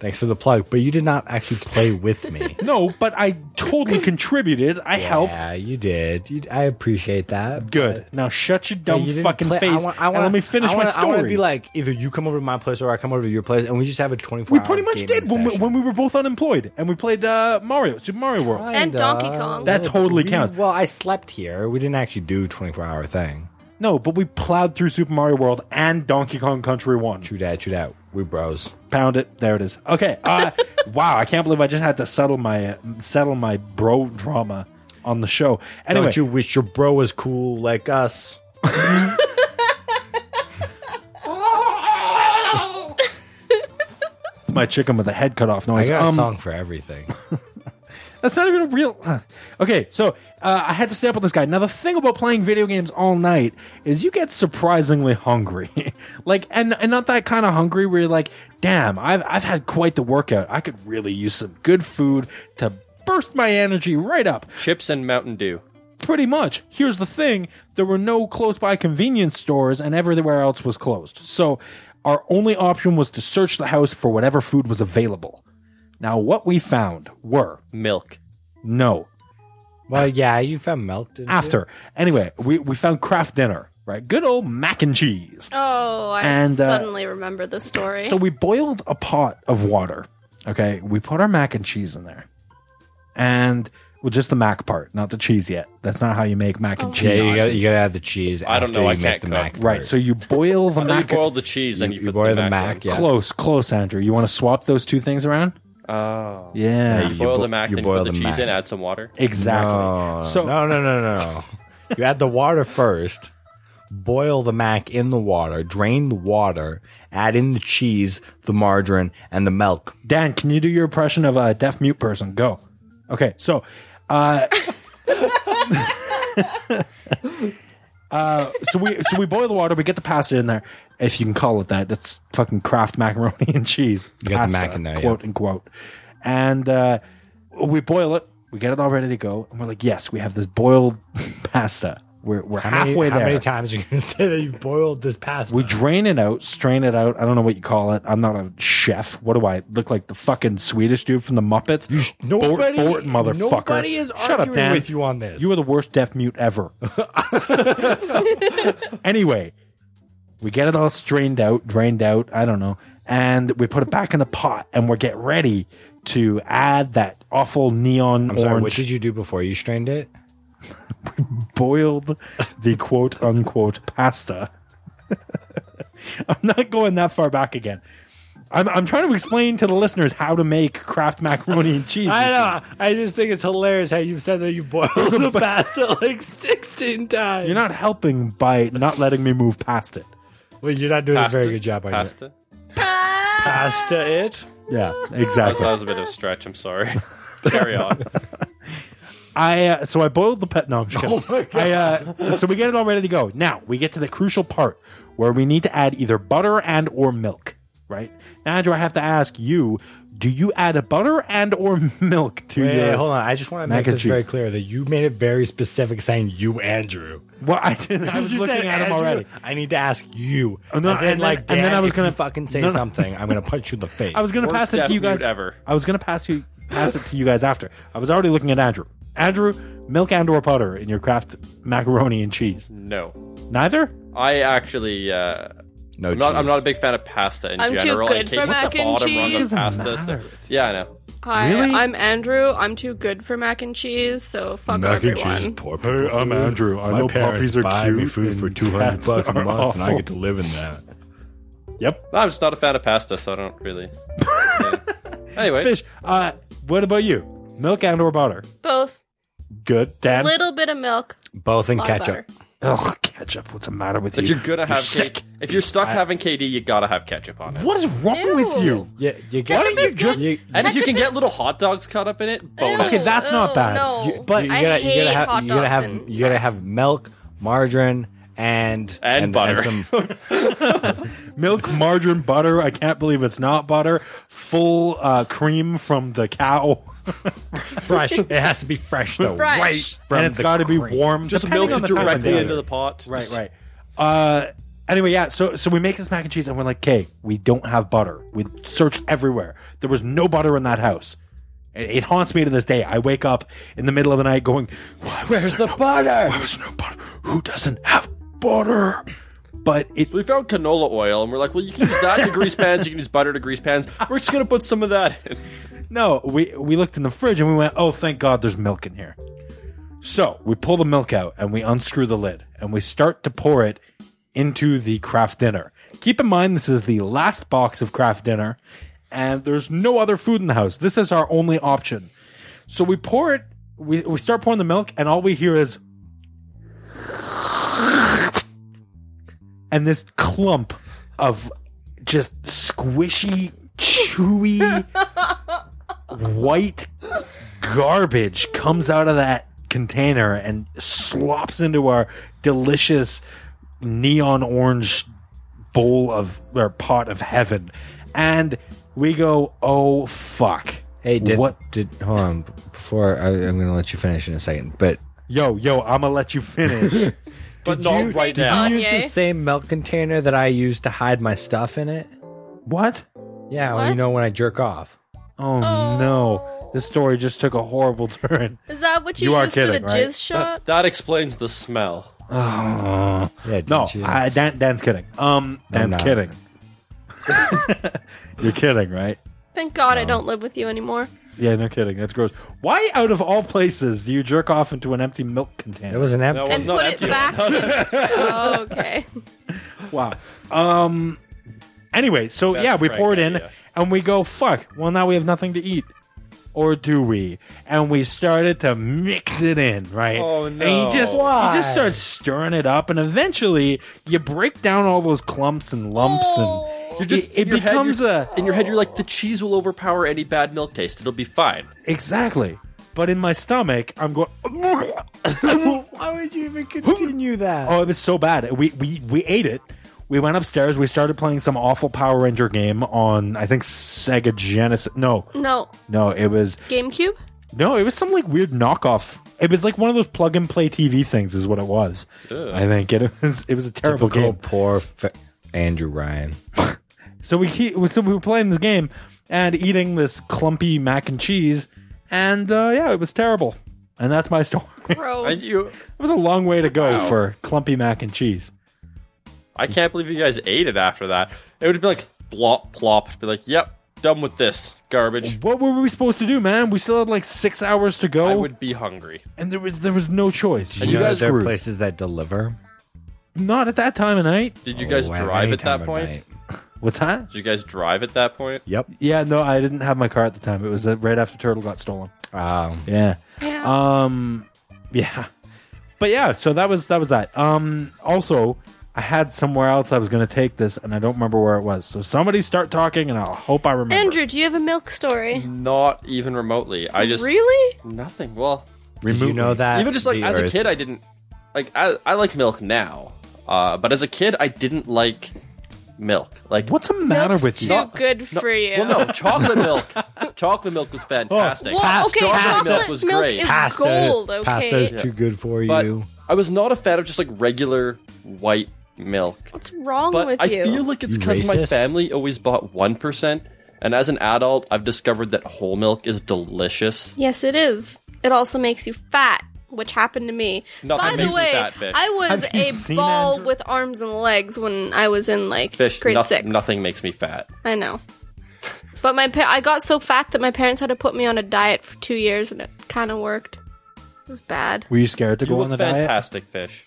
Speaker 9: Thanks for the plug, but you did not actually play with me.
Speaker 1: No, but I totally contributed. I helped.
Speaker 9: Yeah, you did. You, I appreciate that.
Speaker 1: Good. Now shut your dumb
Speaker 9: But you didn't
Speaker 1: fucking
Speaker 9: play-
Speaker 1: face and let me finish
Speaker 9: I wanna-
Speaker 1: my
Speaker 9: I want to
Speaker 1: story.
Speaker 9: be like either you come over to my place or I come over to your place, and we just have a twenty four.
Speaker 1: we pretty much did when we, when we were both unemployed and we played uh, Mario, Super Mario World.
Speaker 5: And Donkey Kong.
Speaker 1: That totally counts.
Speaker 9: Well, I slept here. We didn't actually do twenty four hour thing.
Speaker 1: No, but we plowed through Super Mario World and Donkey Kong Country 1.
Speaker 9: True that. True that. We bros.
Speaker 1: Pound it. There it is. Okay. Uh, wow, I can't believe I just had to settle my settle my bro drama on the show. Anyway,
Speaker 9: Don't you wish your bro was cool like us?
Speaker 1: my chicken with a head cut off
Speaker 9: I
Speaker 1: noise.
Speaker 9: got a
Speaker 1: Um,
Speaker 9: song for everything.
Speaker 1: That's not even a real. uh. Okay, so uh, I had to stay up with this guy. Now the thing about playing video games all night is you get surprisingly hungry, like and and not that kind of hungry where you're like, damn, I've I've had quite the workout. I could really use some good food to burst my energy right up.
Speaker 2: Chips and Mountain Dew.
Speaker 1: Pretty much. Here's the thing: there were no close by convenience stores, and everywhere else was closed. So our only option was to search the house for whatever food was available. Now what we found were
Speaker 2: Milk.
Speaker 1: no
Speaker 9: well, yeah, you found milk didn't you?
Speaker 1: after. Anyway, we, we found Kraft dinner, right? Good old mac and cheese.
Speaker 5: Oh, I
Speaker 1: And, uh,
Speaker 5: suddenly remember the story.
Speaker 1: So we boiled a pot of water. Okay. We put our mac and cheese in there. And well, just the mac part, not the cheese yet. That's not how you make mac and
Speaker 9: Oh. Yeah,
Speaker 1: cheese.
Speaker 9: you got you got to add the cheese.
Speaker 2: I don't
Speaker 9: after
Speaker 2: know,
Speaker 9: You
Speaker 2: I
Speaker 9: make
Speaker 2: can't
Speaker 9: the
Speaker 2: cook.
Speaker 9: mac.
Speaker 1: Right. So you boil the
Speaker 2: You
Speaker 1: mac.
Speaker 2: boiled the cheese, then you,
Speaker 9: you,
Speaker 2: put
Speaker 9: boil
Speaker 2: the, mac.
Speaker 9: the mac. Yeah.
Speaker 1: Close, close, Andrew. You want to swap those two things around?
Speaker 2: in. Oh.
Speaker 1: Yeah.
Speaker 9: You
Speaker 2: You boil
Speaker 9: bo-
Speaker 2: the mac,
Speaker 9: you
Speaker 2: then you put
Speaker 9: boil
Speaker 2: the,
Speaker 9: the
Speaker 2: cheese
Speaker 9: mac.
Speaker 2: in, add some water.
Speaker 1: Exactly.
Speaker 9: No,
Speaker 1: so
Speaker 9: no, no, no, no. no. you add the water first. Boil the mac in the water. Drain the water. Add in the cheese, the margarine, and the milk.
Speaker 1: Dan, can you do your impression of a deaf mute person? Go. Okay, so Uh, uh, so we so we boil the water. We get the pasta in there, if you can call it that. That's fucking Kraft macaroni and cheese. You
Speaker 9: got the mac in there, yeah.
Speaker 1: quote unquote. And uh, we boil it. We get it all ready to go, and we're like, yes, we have this boiled pasta. We're we're halfway
Speaker 9: How
Speaker 1: there.
Speaker 9: many times are you going to say that you boiled this pasta?
Speaker 1: We drain it out, strain it out. I don't know what you call it. I'm not a chef. What do I look like? The fucking Swedish dude from the Muppets. You
Speaker 9: nobody,
Speaker 1: Bort, motherfucker.
Speaker 9: nobody is
Speaker 1: Shut up,
Speaker 9: arguing
Speaker 1: Dan.
Speaker 9: with you on this.
Speaker 1: You are the worst deaf mute ever. anyway, we get it all strained out, drained out. I don't know, and we put it back in the pot, and we're getting ready to add that awful neon
Speaker 9: I'm
Speaker 1: orange
Speaker 9: sorry, what did you do before you strained it?
Speaker 1: boiled the quote unquote pasta. I'm not going that far back again. I'm, I'm trying to explain to the listeners how to make Kraft macaroni and cheese.
Speaker 9: I know. I just think it's hilarious how you've said that you boiled the pasta like 16 times.
Speaker 1: You're not helping by not letting me move past it.
Speaker 9: Well, you're not doing
Speaker 2: Pasta?
Speaker 9: a very good job on it.
Speaker 2: Pasta?
Speaker 9: Pasta it?
Speaker 1: Yeah,
Speaker 2: That
Speaker 1: exactly.
Speaker 2: sounds a bit of a stretch. I'm sorry. Carry on.
Speaker 1: I uh, so I boiled the pet. No, I'm just
Speaker 9: Oh
Speaker 1: kidding. I, uh, so we get it all ready to go. Now we get to the crucial part where we need to add either butter and or milk. Right now, Andrew, I have to ask you: Do you add a butter and or milk to
Speaker 9: Wait,
Speaker 1: your?
Speaker 9: hold on. I just want to
Speaker 1: Mac
Speaker 9: make
Speaker 1: and
Speaker 9: this very
Speaker 1: cheese.
Speaker 9: clear that you made it very specific saying you, Andrew.
Speaker 1: Well, I did. I was
Speaker 9: You
Speaker 1: looking
Speaker 9: said
Speaker 1: at him
Speaker 9: Andrew.
Speaker 1: already.
Speaker 9: I need to ask you.
Speaker 1: Oh, no,
Speaker 9: As in,
Speaker 1: and then-
Speaker 9: like,
Speaker 1: and then I was gonna-
Speaker 9: to fucking say
Speaker 1: no, no.
Speaker 9: something. I'm going to punch you in the face.
Speaker 1: I was gonna
Speaker 2: Worst
Speaker 1: pass it
Speaker 2: deaf
Speaker 1: to you guys.
Speaker 2: mute ever.
Speaker 1: I was gonna pass you pass it to you guys after. I was already looking at Andrew. Andrew, milk and or butter in your craft macaroni and cheese.
Speaker 2: No.
Speaker 1: Neither.
Speaker 2: I actually, uh,
Speaker 9: No,
Speaker 2: I'm, not, I'm
Speaker 9: cheese.
Speaker 2: not a big fan of pasta in
Speaker 5: I'm too
Speaker 2: general.
Speaker 5: good
Speaker 2: I came
Speaker 5: for
Speaker 2: with
Speaker 5: mac
Speaker 2: the
Speaker 5: and
Speaker 2: bottom rung of
Speaker 5: cheese.
Speaker 2: pasta. So, yeah, I know.
Speaker 5: Hi,
Speaker 1: Really?
Speaker 5: I'm Andrew. I'm too good for mac and cheese, so fuck
Speaker 4: Mac and
Speaker 5: everyone.
Speaker 4: cheese is poor.
Speaker 1: Hey,
Speaker 4: people
Speaker 1: I'm
Speaker 4: food.
Speaker 1: Andrew. I
Speaker 4: My
Speaker 1: know
Speaker 4: parents
Speaker 1: puppies are
Speaker 4: buy me
Speaker 1: cute
Speaker 4: food for
Speaker 1: and
Speaker 4: 200
Speaker 1: cats
Speaker 4: bucks a
Speaker 1: are
Speaker 4: month, and I
Speaker 1: awful.
Speaker 4: get to live in that.
Speaker 1: Yep.
Speaker 2: I'm just not a fan of pasta, so I don't really. Yeah. Anyway,
Speaker 1: Fish. Uh, what about you? Milk and or butter.
Speaker 5: Both.
Speaker 1: Good. Dan.
Speaker 5: Little bit of milk.
Speaker 9: Both in
Speaker 5: lot of
Speaker 9: ketchup.
Speaker 5: butter.
Speaker 1: Ugh, ketchup. What's the matter with
Speaker 2: if
Speaker 1: you?
Speaker 2: you're gonna have
Speaker 1: sick. Uh,
Speaker 2: KD, if you're stuck having KD, you gotta have ketchup on it.
Speaker 1: What is wrong with
Speaker 5: Ew.
Speaker 1: you?
Speaker 9: Yeah, you
Speaker 5: Ketchup
Speaker 9: gotta-
Speaker 5: is good.
Speaker 9: you-
Speaker 2: And if you can get little hot dogs cut up in it, bonus.
Speaker 1: Okay, that's not
Speaker 5: Ew,
Speaker 1: bad.
Speaker 5: no.
Speaker 1: You-
Speaker 5: but
Speaker 9: you
Speaker 5: I
Speaker 9: gotta,
Speaker 5: hate
Speaker 9: you gotta have,
Speaker 5: hot
Speaker 9: you gotta
Speaker 5: dogs
Speaker 9: have,
Speaker 5: and-
Speaker 9: you gotta have milk, margarine, and
Speaker 2: And butter.
Speaker 9: some,
Speaker 1: Milk, margarine, butter. I can't believe it's not butter. Full uh, cream from the cow.
Speaker 9: fresh. It has to be fresh though.
Speaker 5: Fresh.
Speaker 1: and it's got to be warm.
Speaker 2: Just
Speaker 1: depending
Speaker 2: milk
Speaker 1: on
Speaker 2: it
Speaker 1: the time of
Speaker 2: directly
Speaker 1: day.
Speaker 2: into the pot.
Speaker 1: Right, right. Uh, anyway, yeah. So, so we make this mac and cheese, and we're like, "Okay, we don't have butter." We searched everywhere. There was no butter in that house. It, it haunts me to this day. I wake up in the middle of the night going, Why was
Speaker 9: Where's
Speaker 1: there
Speaker 9: the
Speaker 1: no-
Speaker 9: butter?
Speaker 1: Why was there no butter? Who doesn't have butter?" But it
Speaker 2: We found canola oil, and we're like, well, you can use that to grease pans. You can use butter to grease pans. We're just gonna put some of that. in.
Speaker 1: No, we we looked in the fridge and we went, "Oh, thank God, there's milk in here." So we pull the milk out and we unscrew the lid and we start to pour it into the craft dinner. Keep in mind, this is the last box of craft dinner, and there's no other food in the house. This is our only option. So we pour it. We we start pouring the milk, and all we hear is. And this clump of just squishy, chewy white garbage comes out of that container and slops into our delicious neon orange bowl of or pot of heaven and we go oh fuck
Speaker 9: Hey, did,
Speaker 1: what
Speaker 9: Did hold on before I, I'm gonna let you finish in a second, but
Speaker 1: yo yo i'm gonna let you finish
Speaker 2: But not right
Speaker 5: did
Speaker 2: now.
Speaker 5: you-
Speaker 9: use the
Speaker 5: Kanye?
Speaker 9: same milk container that I use to hide my stuff in it.
Speaker 1: what
Speaker 9: Yeah, well, you
Speaker 5: What?
Speaker 9: know when I jerk off.
Speaker 1: oh, no this story just took a horrible turn
Speaker 5: Is that what you,
Speaker 1: You are
Speaker 5: used
Speaker 1: kidding,
Speaker 5: for the
Speaker 1: right?
Speaker 5: jizz shot?
Speaker 2: That explains the smell.
Speaker 1: oh
Speaker 9: Yeah,
Speaker 1: no
Speaker 9: didn't you?
Speaker 1: I, Dan, dan's kidding um dan's
Speaker 9: not.
Speaker 1: kidding you're kidding right
Speaker 5: Thank God I don't live with you anymore.
Speaker 1: Yeah, no kidding. That's gross. Why, out of all places, do you jerk off into an empty milk container?
Speaker 9: it was an empty.
Speaker 2: No,
Speaker 5: And
Speaker 2: not
Speaker 5: put
Speaker 2: empty.
Speaker 5: it back. in- oh, okay.
Speaker 1: wow. Um. Anyway, so yeah, we
Speaker 2: prank
Speaker 1: pour it in,
Speaker 2: idea.
Speaker 1: and we go fuck. Well, now we have nothing to eat, or do we? And we started to mix it in, right?
Speaker 2: Oh,
Speaker 1: And
Speaker 2: no.
Speaker 1: you just
Speaker 9: Why?
Speaker 1: you just start stirring it up, and eventually you break down all those clumps and lumps, and
Speaker 2: You're just,
Speaker 1: it, it
Speaker 2: in your head,
Speaker 1: becomes
Speaker 2: you're-
Speaker 1: a
Speaker 2: in your head. You're like, the cheese will overpower any bad milk taste. It'll be fine.
Speaker 1: Exactly. but in my stomach, I'm going.
Speaker 9: Why would you even continue that?
Speaker 1: Oh, it was so bad. We we we ate it. We went upstairs. We started playing some awful Power Ranger game on I think Sega Genesis. No,
Speaker 5: No,
Speaker 1: no, it was
Speaker 5: GameCube.
Speaker 1: no, it was some like weird knockoff. It was like one of those plug and play TV things, is what it was. I think it was. It was a terrible
Speaker 9: Typical
Speaker 1: game.
Speaker 9: poor fa- Andrew Ryan.
Speaker 1: So we keep, so we were playing this game and eating this clumpy mac and cheese, and uh, yeah, it was terrible. And that's my story. it
Speaker 2: I,
Speaker 5: Gross.
Speaker 2: you,
Speaker 1: was a long way to go
Speaker 2: Wow.
Speaker 1: for clumpy mac and cheese.
Speaker 2: I can't believe you guys ate it after that. It would have been like plop, plop. Be like, yep, done with this garbage.
Speaker 1: What were we supposed to do, man? We still had like six hours to go,
Speaker 2: I would be hungry.
Speaker 1: and there was there was no choice.
Speaker 2: And you guys
Speaker 9: there
Speaker 2: were
Speaker 9: are places that deliver.
Speaker 1: Not at that time of night.
Speaker 2: Did you guys
Speaker 9: Oh,
Speaker 2: drive
Speaker 9: any
Speaker 2: at that
Speaker 9: time of
Speaker 2: point?
Speaker 9: night.
Speaker 1: What's that?
Speaker 2: Did you guys drive at that point?
Speaker 9: Yep.
Speaker 1: Yeah, no, I didn't have my car at the time. It was uh, right after Turtle got stolen.
Speaker 9: Um,
Speaker 1: Yeah.
Speaker 5: Yeah.
Speaker 1: Um yeah. But yeah, so that was that was that. Um also I had somewhere else I was going to take this and I don't remember where it was. So somebody start talking and I'll hope I remember.
Speaker 5: Andrew, do you have a milk story?
Speaker 2: Not even remotely. I just
Speaker 5: Eh. really?
Speaker 2: nothing. Well,
Speaker 9: did you know that
Speaker 2: even just like
Speaker 9: the
Speaker 2: as a
Speaker 9: Earth-
Speaker 2: kid, I didn't like. I, I like milk now, uh, but as a kid, I didn't like milk. Like
Speaker 1: What's the matter
Speaker 5: Milk's
Speaker 1: with
Speaker 5: too
Speaker 1: you?
Speaker 5: good for you.
Speaker 2: Well, no, chocolate milk. chocolate milk
Speaker 9: Oh,
Speaker 2: was fantastic.
Speaker 5: Well, okay,
Speaker 2: Strawberry
Speaker 5: chocolate
Speaker 2: milk was
Speaker 5: milk
Speaker 2: great.
Speaker 5: is
Speaker 9: Pasta,
Speaker 5: gold. Okay.
Speaker 9: pasta is too good for
Speaker 2: but
Speaker 9: you.
Speaker 2: I was not a fan of just like regular white milk.
Speaker 5: What's wrong
Speaker 2: But
Speaker 5: with
Speaker 2: I
Speaker 5: you?
Speaker 2: feel like it's
Speaker 9: You
Speaker 2: because my
Speaker 9: racist.
Speaker 2: family always bought one percent, and as an adult, I've discovered that whole milk is delicious.
Speaker 5: yes, it is. It also makes you fat, which happened to me.
Speaker 2: Nothing
Speaker 5: By
Speaker 2: makes
Speaker 5: the
Speaker 2: me
Speaker 5: way,
Speaker 2: fat, Fish.
Speaker 5: I was
Speaker 1: Have you
Speaker 5: a
Speaker 1: seen
Speaker 5: ball
Speaker 1: Andrew?
Speaker 5: with arms and legs when I was in like
Speaker 2: Fish,
Speaker 5: grade
Speaker 2: noth-
Speaker 5: six.
Speaker 2: nothing makes me fat.
Speaker 5: I know. But my pa- I got so fat that my parents had to put me on a diet for two years, and it kind of worked. It was bad.
Speaker 1: Were you scared to
Speaker 2: You
Speaker 1: go on
Speaker 2: look
Speaker 1: the
Speaker 2: fantastic, Fish.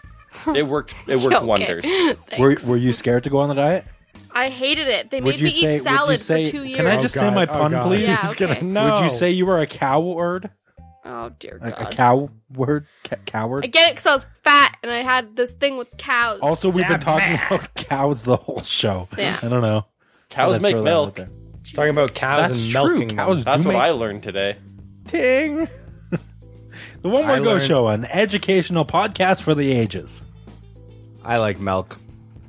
Speaker 2: It worked. It worked
Speaker 5: Okay.
Speaker 2: wonders.
Speaker 5: Thanks.
Speaker 1: diet? Were, were you scared to go on the diet?
Speaker 5: I hated it. They
Speaker 1: Would
Speaker 5: made
Speaker 1: you
Speaker 5: me
Speaker 1: say-
Speaker 5: eat
Speaker 1: would you
Speaker 5: salad
Speaker 1: say-
Speaker 5: for two years.
Speaker 1: Can I just
Speaker 9: Oh,
Speaker 1: say
Speaker 9: God.
Speaker 1: my
Speaker 9: Oh,
Speaker 1: pun,
Speaker 9: God.
Speaker 1: please?
Speaker 5: Yeah,
Speaker 9: He's gonna
Speaker 5: okay.
Speaker 9: know.
Speaker 1: Would you say you were a coward?
Speaker 5: oh dear
Speaker 1: A,
Speaker 5: God!
Speaker 1: a cow word? Ca- coward?
Speaker 5: I get it because I was fat and I had this thing with cows.
Speaker 1: Also, we've been talking about cows the whole show.
Speaker 5: Yeah.
Speaker 1: I don't know.
Speaker 2: Cows
Speaker 1: I'd
Speaker 2: make
Speaker 1: throw that out
Speaker 2: milk.
Speaker 1: there.
Speaker 9: Talking about cows
Speaker 1: That's
Speaker 9: and
Speaker 1: true.
Speaker 9: milking them.
Speaker 1: Cows
Speaker 2: That's
Speaker 1: do
Speaker 2: what
Speaker 1: make
Speaker 2: I learned today.
Speaker 1: Ting. the One More
Speaker 9: I
Speaker 1: Go
Speaker 9: learned-
Speaker 1: Show, an educational podcast for the ages.
Speaker 9: I like milk.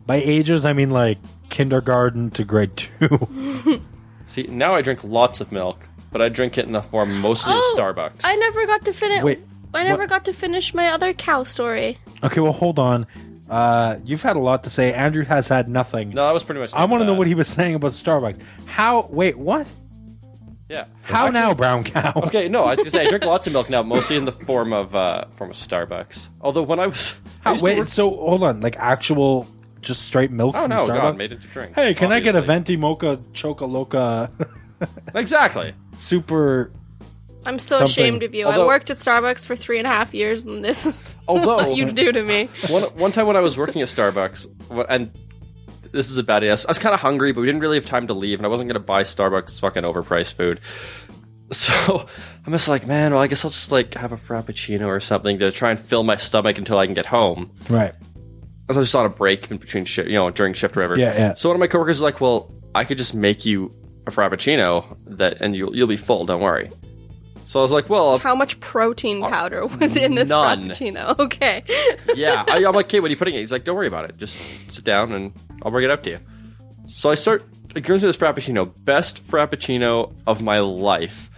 Speaker 1: By ages, I mean like kindergarten to grade two.
Speaker 2: See, now I drink lots of milk, but I drink it in the form mostly
Speaker 5: Oh,
Speaker 2: of Starbucks.
Speaker 5: I never got to finish.
Speaker 1: Wait,
Speaker 5: I never
Speaker 1: what-
Speaker 5: got to finish my other cow story.
Speaker 1: okay, well, hold on. Uh, you've had a lot to say. Andrew has had nothing.
Speaker 2: no, that was pretty much.
Speaker 1: I want to know what
Speaker 2: that.
Speaker 1: he was saying about Starbucks. How? Wait, what?
Speaker 2: Yeah.
Speaker 1: How now, brown cow?
Speaker 2: Okay, no, I was gonna say I drink lots of milk now, mostly in the form of uh, form of Starbucks. Although when I was,
Speaker 1: How,
Speaker 2: I used to
Speaker 1: wait,
Speaker 2: work-
Speaker 1: so hold on. Like actual, just straight milk
Speaker 2: oh
Speaker 1: from
Speaker 2: no,
Speaker 1: Starbucks?
Speaker 2: God, made it to drink.
Speaker 1: hey, can I get a
Speaker 2: obviously.
Speaker 1: venti mocha choca loca
Speaker 2: Exactly.
Speaker 1: super
Speaker 5: I'm so
Speaker 1: Something.
Speaker 5: ashamed of you. I
Speaker 2: Although-
Speaker 5: worked at Starbucks for three and a half years, and this is
Speaker 2: Although-
Speaker 5: what you do to me.
Speaker 2: One one time when I was working at Starbucks, wh- and this is a bad idea. I was kind of hungry, but we didn't really have time to leave, and I wasn't gonna buy Starbucks fucking overpriced food. So I'm just like, man, well, I guess I'll just like have a frappuccino or something to try and fill my stomach until I can get home.
Speaker 1: right?
Speaker 2: I was just on a break in between shift, you know, during shift or whatever.
Speaker 1: Yeah, yeah.
Speaker 2: So one of my coworkers was like, "Well, I could just make you a frappuccino that, and you'll you'll be full. Don't worry." So I was like, "Well,
Speaker 5: How much protein powder was in this
Speaker 2: none.
Speaker 5: frappuccino? Okay.
Speaker 2: yeah." I, I'm like, "Okay, what are you putting it?" He's like, "Don't worry about it. Just sit down, and I'll bring it up to you." So I start. It brings me this frappuccino, best frappuccino of my life.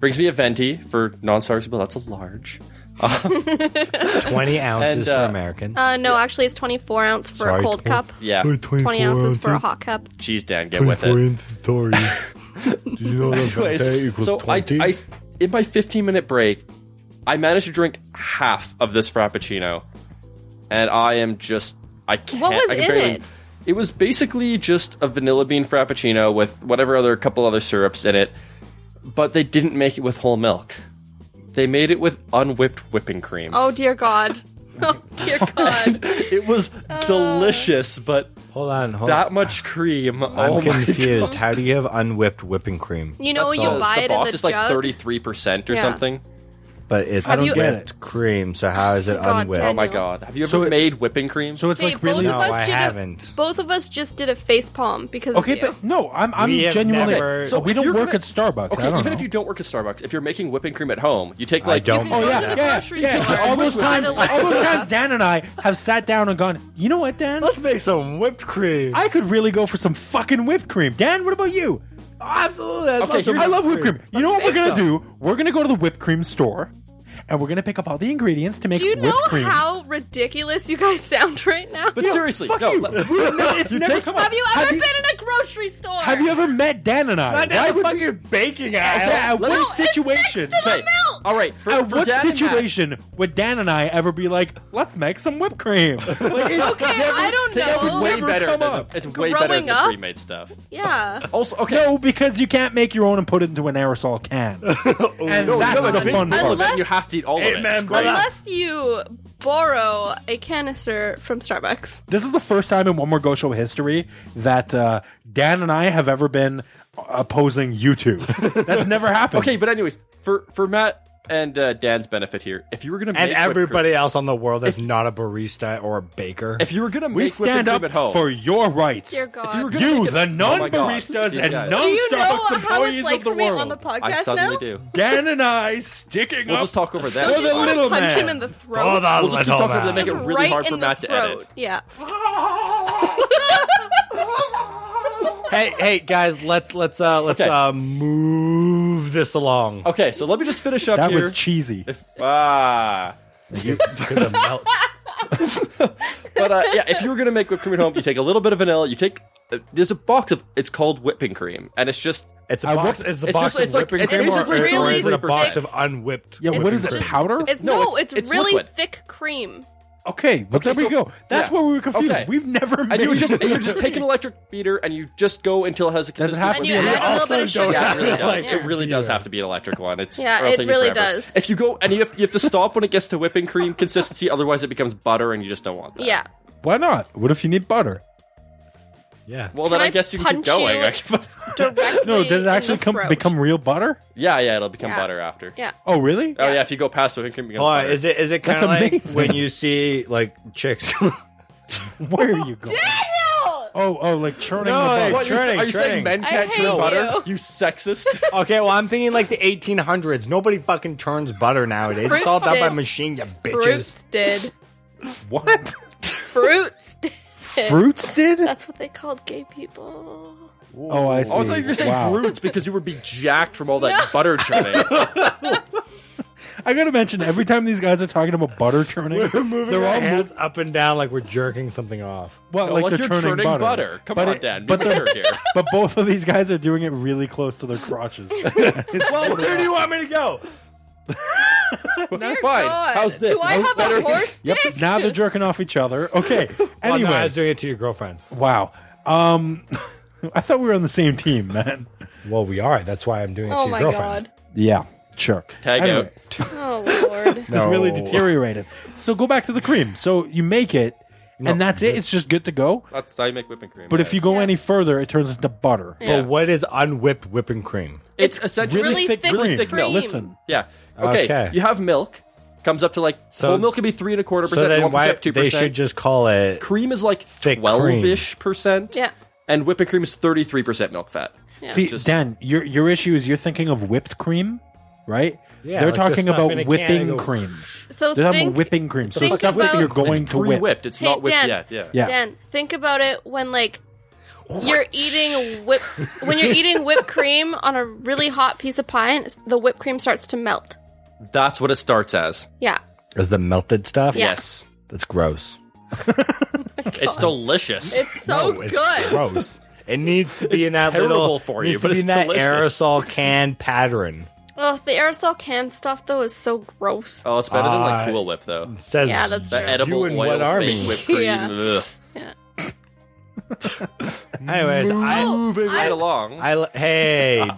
Speaker 2: Brings me a venti for non-stars, but that's a large.
Speaker 9: 20
Speaker 2: And,
Speaker 9: ounces
Speaker 2: uh,
Speaker 9: for Americans.
Speaker 5: Uh, no, actually, it's 24 ounce for a
Speaker 9: Sorry,
Speaker 5: cold
Speaker 9: tw-
Speaker 5: cup,
Speaker 2: Yeah,
Speaker 5: 20 ounces for a hot cup.
Speaker 2: Jeez, Dan, get with it.
Speaker 4: story. Do you know that
Speaker 2: Anyways, so I, I, in my 15 minute break, I managed to drink half of this frappuccino, and I am just I can't.
Speaker 5: was
Speaker 2: I can
Speaker 5: in
Speaker 2: barely-
Speaker 5: it?
Speaker 2: It was basically just a vanilla bean frappuccino with whatever other couple other syrups in it, but they didn't make it with whole milk. They made it with unwhipped whipping cream.
Speaker 5: Oh, dear God. Oh, dear God.
Speaker 2: It was delicious, but
Speaker 9: hold on,
Speaker 4: Oh.
Speaker 9: hold
Speaker 2: that
Speaker 9: on.
Speaker 2: much cream.
Speaker 9: I'm
Speaker 2: oh my
Speaker 9: confused. How do you have unwhipped whipping cream?
Speaker 5: You know
Speaker 2: That's
Speaker 5: when you
Speaker 2: all.
Speaker 5: buy
Speaker 2: the
Speaker 5: it in
Speaker 2: box
Speaker 5: the
Speaker 2: is
Speaker 5: jug?
Speaker 2: like 33% or
Speaker 5: Yeah.
Speaker 2: something.
Speaker 9: But it's
Speaker 1: I don't
Speaker 9: whipped
Speaker 1: get it.
Speaker 9: cream, so how is it
Speaker 5: God,
Speaker 9: unwhipped?
Speaker 2: Oh my
Speaker 5: Daniel.
Speaker 2: god. Have you ever
Speaker 1: So it-
Speaker 2: made whipping cream?
Speaker 1: So it's
Speaker 5: Hey,
Speaker 1: like
Speaker 2: Oh,
Speaker 5: both
Speaker 1: really.
Speaker 5: of us
Speaker 9: No, I
Speaker 5: did a-
Speaker 9: haven't.
Speaker 5: both of us just did a face palm because
Speaker 1: Okay,
Speaker 5: of you.
Speaker 1: but no, I'm I'm
Speaker 9: We have
Speaker 1: genuinely.
Speaker 9: never-
Speaker 1: so
Speaker 9: So
Speaker 1: we
Speaker 2: if
Speaker 1: don't
Speaker 2: you're
Speaker 1: work
Speaker 2: gonna-
Speaker 1: at Starbucks.
Speaker 2: okay,
Speaker 1: I don't
Speaker 2: even
Speaker 1: know.
Speaker 2: if you don't work at Starbucks, if you're making whipping cream at home, you take like
Speaker 9: don't
Speaker 5: You can
Speaker 9: Oh,
Speaker 5: go
Speaker 9: yeah,
Speaker 5: to the
Speaker 1: yeah,
Speaker 5: grocery
Speaker 1: yeah.
Speaker 5: store.
Speaker 1: All those
Speaker 5: and buy
Speaker 1: times,
Speaker 5: the
Speaker 1: all those
Speaker 5: liquor.
Speaker 1: times, Dan and I have sat down and gone. You know what, Dan?
Speaker 9: Let's make some whipped cream.
Speaker 1: I could really go for some fucking whipped cream. Dan, what about you? Absolutely. I, love, some-
Speaker 2: here's-
Speaker 1: I love whipped cream. You know what we're going to do? We're going to go to the whipped cream store and we're going to pick up all the ingredients to make
Speaker 5: Do you
Speaker 1: whipped
Speaker 5: know
Speaker 1: cream.
Speaker 5: how ridiculous you guys sound right now?
Speaker 2: But seriously,
Speaker 1: Fuck
Speaker 2: no.
Speaker 1: you.
Speaker 2: let-
Speaker 1: We've ne- it's never come up.
Speaker 5: have you ever
Speaker 1: have you,
Speaker 5: been in a grocery store?
Speaker 1: have you ever met Dan and I? Why would-
Speaker 9: fucking baking
Speaker 1: yeah, what
Speaker 5: No, it's next
Speaker 1: situation?
Speaker 5: to the
Speaker 2: Okay.
Speaker 5: milk!
Speaker 2: All right. For,
Speaker 1: At
Speaker 2: for
Speaker 1: what
Speaker 2: Dan and Matt-
Speaker 1: situation would Dan and I ever be like, let's make some whipped cream? Like, it's
Speaker 5: Okay, I don't
Speaker 2: That's
Speaker 5: know.
Speaker 2: way
Speaker 1: never
Speaker 2: better.
Speaker 1: come
Speaker 2: Than,
Speaker 1: up.
Speaker 2: the- it's way better than
Speaker 5: Growing up?
Speaker 2: the pre-made stuff.
Speaker 5: Yeah.
Speaker 2: Also, okay.
Speaker 1: No, because you can't make your own and put it into an aerosol can. and that's the fun
Speaker 2: all
Speaker 1: part.
Speaker 2: of it, and you
Speaker 5: Unless-
Speaker 2: have to eat all of it.
Speaker 8: Amen,
Speaker 2: It's great.
Speaker 5: Unless you borrow a canister from Starbucks.
Speaker 1: This is the first time in One More Go Show history that uh, Dan and I have ever been opposing you two. That's never happened.
Speaker 2: Okay, but anyways, for for Matt and uh, Dan's benefit here, if you were gonna make
Speaker 9: And
Speaker 2: whipped cream-
Speaker 9: everybody else on the world that's not a barista or a baker.
Speaker 2: if you were gonna make
Speaker 1: we
Speaker 2: whipped
Speaker 1: stand
Speaker 2: cream
Speaker 1: up
Speaker 2: at home,
Speaker 1: for your rights.
Speaker 5: Dear
Speaker 2: if you were
Speaker 5: God.
Speaker 2: gonna
Speaker 1: You,
Speaker 2: make it-
Speaker 1: the
Speaker 2: Oh my God,
Speaker 1: non-baristas
Speaker 2: these
Speaker 1: and
Speaker 2: guys.
Speaker 5: Do
Speaker 1: non-
Speaker 5: you know
Speaker 1: Starbucks
Speaker 5: how
Speaker 1: employees
Speaker 5: it's
Speaker 1: of
Speaker 5: like
Speaker 1: the
Speaker 5: for me on
Speaker 1: world.
Speaker 5: the podcast
Speaker 2: I suddenly
Speaker 5: now?
Speaker 2: do.
Speaker 1: Dan and I sticking
Speaker 2: We'll
Speaker 1: up
Speaker 2: just talk over that.
Speaker 1: for
Speaker 5: Don't you
Speaker 1: the
Speaker 5: just wanna
Speaker 1: little
Speaker 5: punch
Speaker 1: man.
Speaker 5: him in the throat.
Speaker 9: Hold on,
Speaker 2: We'll just keep
Speaker 9: little
Speaker 2: talking to
Speaker 9: man.
Speaker 2: make it
Speaker 5: Just
Speaker 2: really
Speaker 5: right
Speaker 2: hard
Speaker 5: in
Speaker 2: for
Speaker 5: the
Speaker 2: Matt to edit.
Speaker 5: throat. Yeah.
Speaker 9: hey, hey, guys, let's let's uh let's
Speaker 2: Okay.
Speaker 9: uh move this along.
Speaker 2: Okay, so let me just finish up
Speaker 1: That
Speaker 2: here.
Speaker 1: was cheesy.
Speaker 2: If- ah. but uh, yeah, if you were gonna make whipped cream at home, you take a little bit of vanilla. You take uh, there's a box of it's called whipping cream, and it's just
Speaker 9: It's a
Speaker 1: I
Speaker 9: box.
Speaker 1: whip-
Speaker 9: It's a
Speaker 2: it's
Speaker 9: box
Speaker 2: just-
Speaker 9: of
Speaker 2: it's like-
Speaker 9: whipping
Speaker 2: it's
Speaker 9: cream, or,
Speaker 5: basically
Speaker 9: or is it a
Speaker 5: really
Speaker 9: box
Speaker 5: thick.
Speaker 9: of unwhipped?
Speaker 1: Yeah, what
Speaker 9: whipping
Speaker 1: is it?
Speaker 9: cream?
Speaker 1: Powder?
Speaker 5: It's,
Speaker 2: No,
Speaker 5: no,
Speaker 2: it's-
Speaker 5: it's,
Speaker 2: it's
Speaker 5: really
Speaker 2: liquid.
Speaker 5: thick cream.
Speaker 1: okay, but
Speaker 2: Okay,
Speaker 1: there we
Speaker 2: so-
Speaker 1: go. That's
Speaker 2: yeah.
Speaker 1: where we were confused.
Speaker 2: Okay.
Speaker 1: We've never
Speaker 2: And
Speaker 1: made.
Speaker 2: you just and you just take an electric beater and you just go until it has a
Speaker 1: Does it
Speaker 2: consistency.
Speaker 1: have
Speaker 5: And
Speaker 1: to
Speaker 5: you
Speaker 1: be?
Speaker 5: add a little
Speaker 9: also
Speaker 5: bit of sugar.
Speaker 9: don't
Speaker 2: yeah, it really
Speaker 5: to
Speaker 2: does.
Speaker 5: Yeah.
Speaker 2: It really does have to be an electric one. It's or
Speaker 5: Yeah,
Speaker 2: it'll
Speaker 5: it
Speaker 2: take you
Speaker 5: really
Speaker 2: forever.
Speaker 5: does.
Speaker 2: If you go and you have, you have to stop when it gets to whipping cream consistency, otherwise it becomes butter and you just don't want that.
Speaker 5: Yeah.
Speaker 1: Why not? What if you need butter?
Speaker 9: Yeah.
Speaker 2: Well,
Speaker 5: Can
Speaker 2: then I,
Speaker 5: I
Speaker 2: guess you can keep
Speaker 5: punch you?
Speaker 2: going. I can-
Speaker 5: Directly
Speaker 1: No, does
Speaker 5: in
Speaker 1: it
Speaker 5: the
Speaker 1: actually come
Speaker 5: throat.
Speaker 1: become real butter?
Speaker 2: yeah, yeah, it'll become
Speaker 5: Yeah.
Speaker 2: butter after.
Speaker 5: Yeah.
Speaker 1: Oh, really?
Speaker 2: Oh yeah, if you go past whipping cream, it becomes
Speaker 9: Hold on,
Speaker 2: butter.
Speaker 9: is it is it kind of
Speaker 1: That's
Speaker 9: like
Speaker 1: amazing.
Speaker 9: when you see like chicks?
Speaker 1: Where are you going?
Speaker 5: Daniel!
Speaker 1: Oh, oh, like churning
Speaker 9: No,
Speaker 1: the
Speaker 9: like-
Speaker 1: butter.
Speaker 2: What, you,
Speaker 9: Churning,
Speaker 2: are you saying
Speaker 9: churning.
Speaker 2: men
Speaker 5: I
Speaker 2: can't
Speaker 5: hate
Speaker 2: churn butter?
Speaker 5: you.
Speaker 2: You sexist.
Speaker 9: okay, well I'm thinking like the 1800s. Nobody fucking turns butter nowadays. it's all done by
Speaker 5: Fruits did.
Speaker 9: machine, you bitches.
Speaker 5: Fruits did.
Speaker 1: What?
Speaker 5: Fruits did.
Speaker 1: Fruits did?
Speaker 5: That's what they called gay people.
Speaker 1: Oh, I see.
Speaker 2: I thought you were saying
Speaker 1: Wow.
Speaker 2: brutes because you were be jacked from all that butter churning.
Speaker 1: I gotta mention, every time these guys are talking about butter churning, they're all mo-
Speaker 9: hands up and down like we're jerking something off.
Speaker 1: well,
Speaker 2: No,
Speaker 1: like,
Speaker 2: like
Speaker 1: they're
Speaker 2: you're
Speaker 1: churning,
Speaker 2: churning
Speaker 1: butter.
Speaker 2: butter. Come
Speaker 1: but
Speaker 2: on,
Speaker 1: it-
Speaker 2: Dan, be
Speaker 1: But, they're-
Speaker 2: better here.
Speaker 1: but both of these guys are doing it really close to their crotches.
Speaker 9: Well, where do you want me to go?
Speaker 5: Dear
Speaker 2: Fine.
Speaker 5: God.
Speaker 2: How's this?
Speaker 5: Do I
Speaker 2: How's
Speaker 5: have
Speaker 2: better?
Speaker 5: a horse
Speaker 1: yep.
Speaker 5: dick?
Speaker 1: Now they're jerking off each other. Okay. Anyway,
Speaker 9: I was doing it to your girlfriend.
Speaker 1: wow. Um, I thought we were on the same team, man.
Speaker 9: Well, we are. That's why I'm doing it
Speaker 5: Oh
Speaker 9: to your
Speaker 5: my
Speaker 9: girlfriend.
Speaker 5: god.
Speaker 1: Yeah, sure.
Speaker 2: Tag
Speaker 1: Anyway,
Speaker 2: out.
Speaker 5: Oh lord.
Speaker 1: It's really
Speaker 9: No.
Speaker 1: deteriorated. So go back to the cream. So you make it, and that's it. It's just good to go.
Speaker 2: That's how you make whipping cream.
Speaker 1: But
Speaker 2: yeah.
Speaker 1: if you go
Speaker 5: Yeah.
Speaker 1: any further, it turns into butter.
Speaker 5: Yeah.
Speaker 9: But what is unwhipped whipping cream?
Speaker 2: it's, essentially
Speaker 5: really thick
Speaker 2: really
Speaker 5: cream.
Speaker 2: thick milk.
Speaker 1: Listen,
Speaker 2: Yeah. Okay.
Speaker 9: Okay.
Speaker 2: You have milk. Comes up to like
Speaker 9: So-
Speaker 2: whole milk can be three and a quarter
Speaker 9: So
Speaker 2: percent,
Speaker 9: then
Speaker 2: one
Speaker 9: why
Speaker 2: percent, two
Speaker 9: they should
Speaker 2: percent.
Speaker 9: just call it
Speaker 2: Cream is like
Speaker 9: Thick cream.
Speaker 2: twelve-ish percent.
Speaker 5: Yeah.
Speaker 2: And whipping cream is thirty-three percent milk fat.
Speaker 1: see,
Speaker 2: just-
Speaker 1: Dan, your your issue is you're thinking of whipped cream, right?
Speaker 9: Yeah,
Speaker 1: They're
Speaker 9: like the
Speaker 1: talking
Speaker 9: stuff
Speaker 1: about
Speaker 9: in a can
Speaker 1: whipping
Speaker 9: that goes-
Speaker 1: cream.
Speaker 5: So
Speaker 1: They're talking
Speaker 5: think,
Speaker 1: about whipping cream. So
Speaker 5: think
Speaker 1: stuff that
Speaker 5: about-
Speaker 1: you're going
Speaker 2: it's
Speaker 1: to whip.
Speaker 2: pre-whipped. It's
Speaker 5: Hey,
Speaker 2: not whipped
Speaker 5: Dan.
Speaker 2: yet. Yeah.
Speaker 1: Yeah.
Speaker 5: Dan, think about it when like you're eating whip when you're eating whipped cream on a really hot piece of pie and the whipped cream starts to melt.
Speaker 2: That's what it starts as.
Speaker 5: Yeah.
Speaker 9: as the melted stuff?
Speaker 5: Yeah.
Speaker 2: Yes.
Speaker 9: That's gross.
Speaker 2: It's delicious.
Speaker 5: It's so
Speaker 9: No, it's
Speaker 5: good.
Speaker 9: gross. It needs to be
Speaker 2: It's
Speaker 9: in that
Speaker 2: terrible
Speaker 9: little
Speaker 2: for
Speaker 9: needs
Speaker 2: you,
Speaker 9: to
Speaker 2: but
Speaker 9: be
Speaker 2: it's
Speaker 9: in that
Speaker 2: delicious.
Speaker 9: aerosol can pattern.
Speaker 5: Oh, the aerosol can stuff though is so gross.
Speaker 2: oh, it's better than like
Speaker 9: Uh,
Speaker 2: Cool Whip though.
Speaker 9: It says
Speaker 5: Yeah, that's
Speaker 2: The
Speaker 5: true.
Speaker 2: edible
Speaker 9: you and
Speaker 2: oil
Speaker 9: what
Speaker 2: fake
Speaker 9: army?
Speaker 2: whipped cream.
Speaker 5: Yeah.
Speaker 2: Ugh.
Speaker 9: Anyways, I,
Speaker 2: Moving right along. I,
Speaker 9: I l- hey,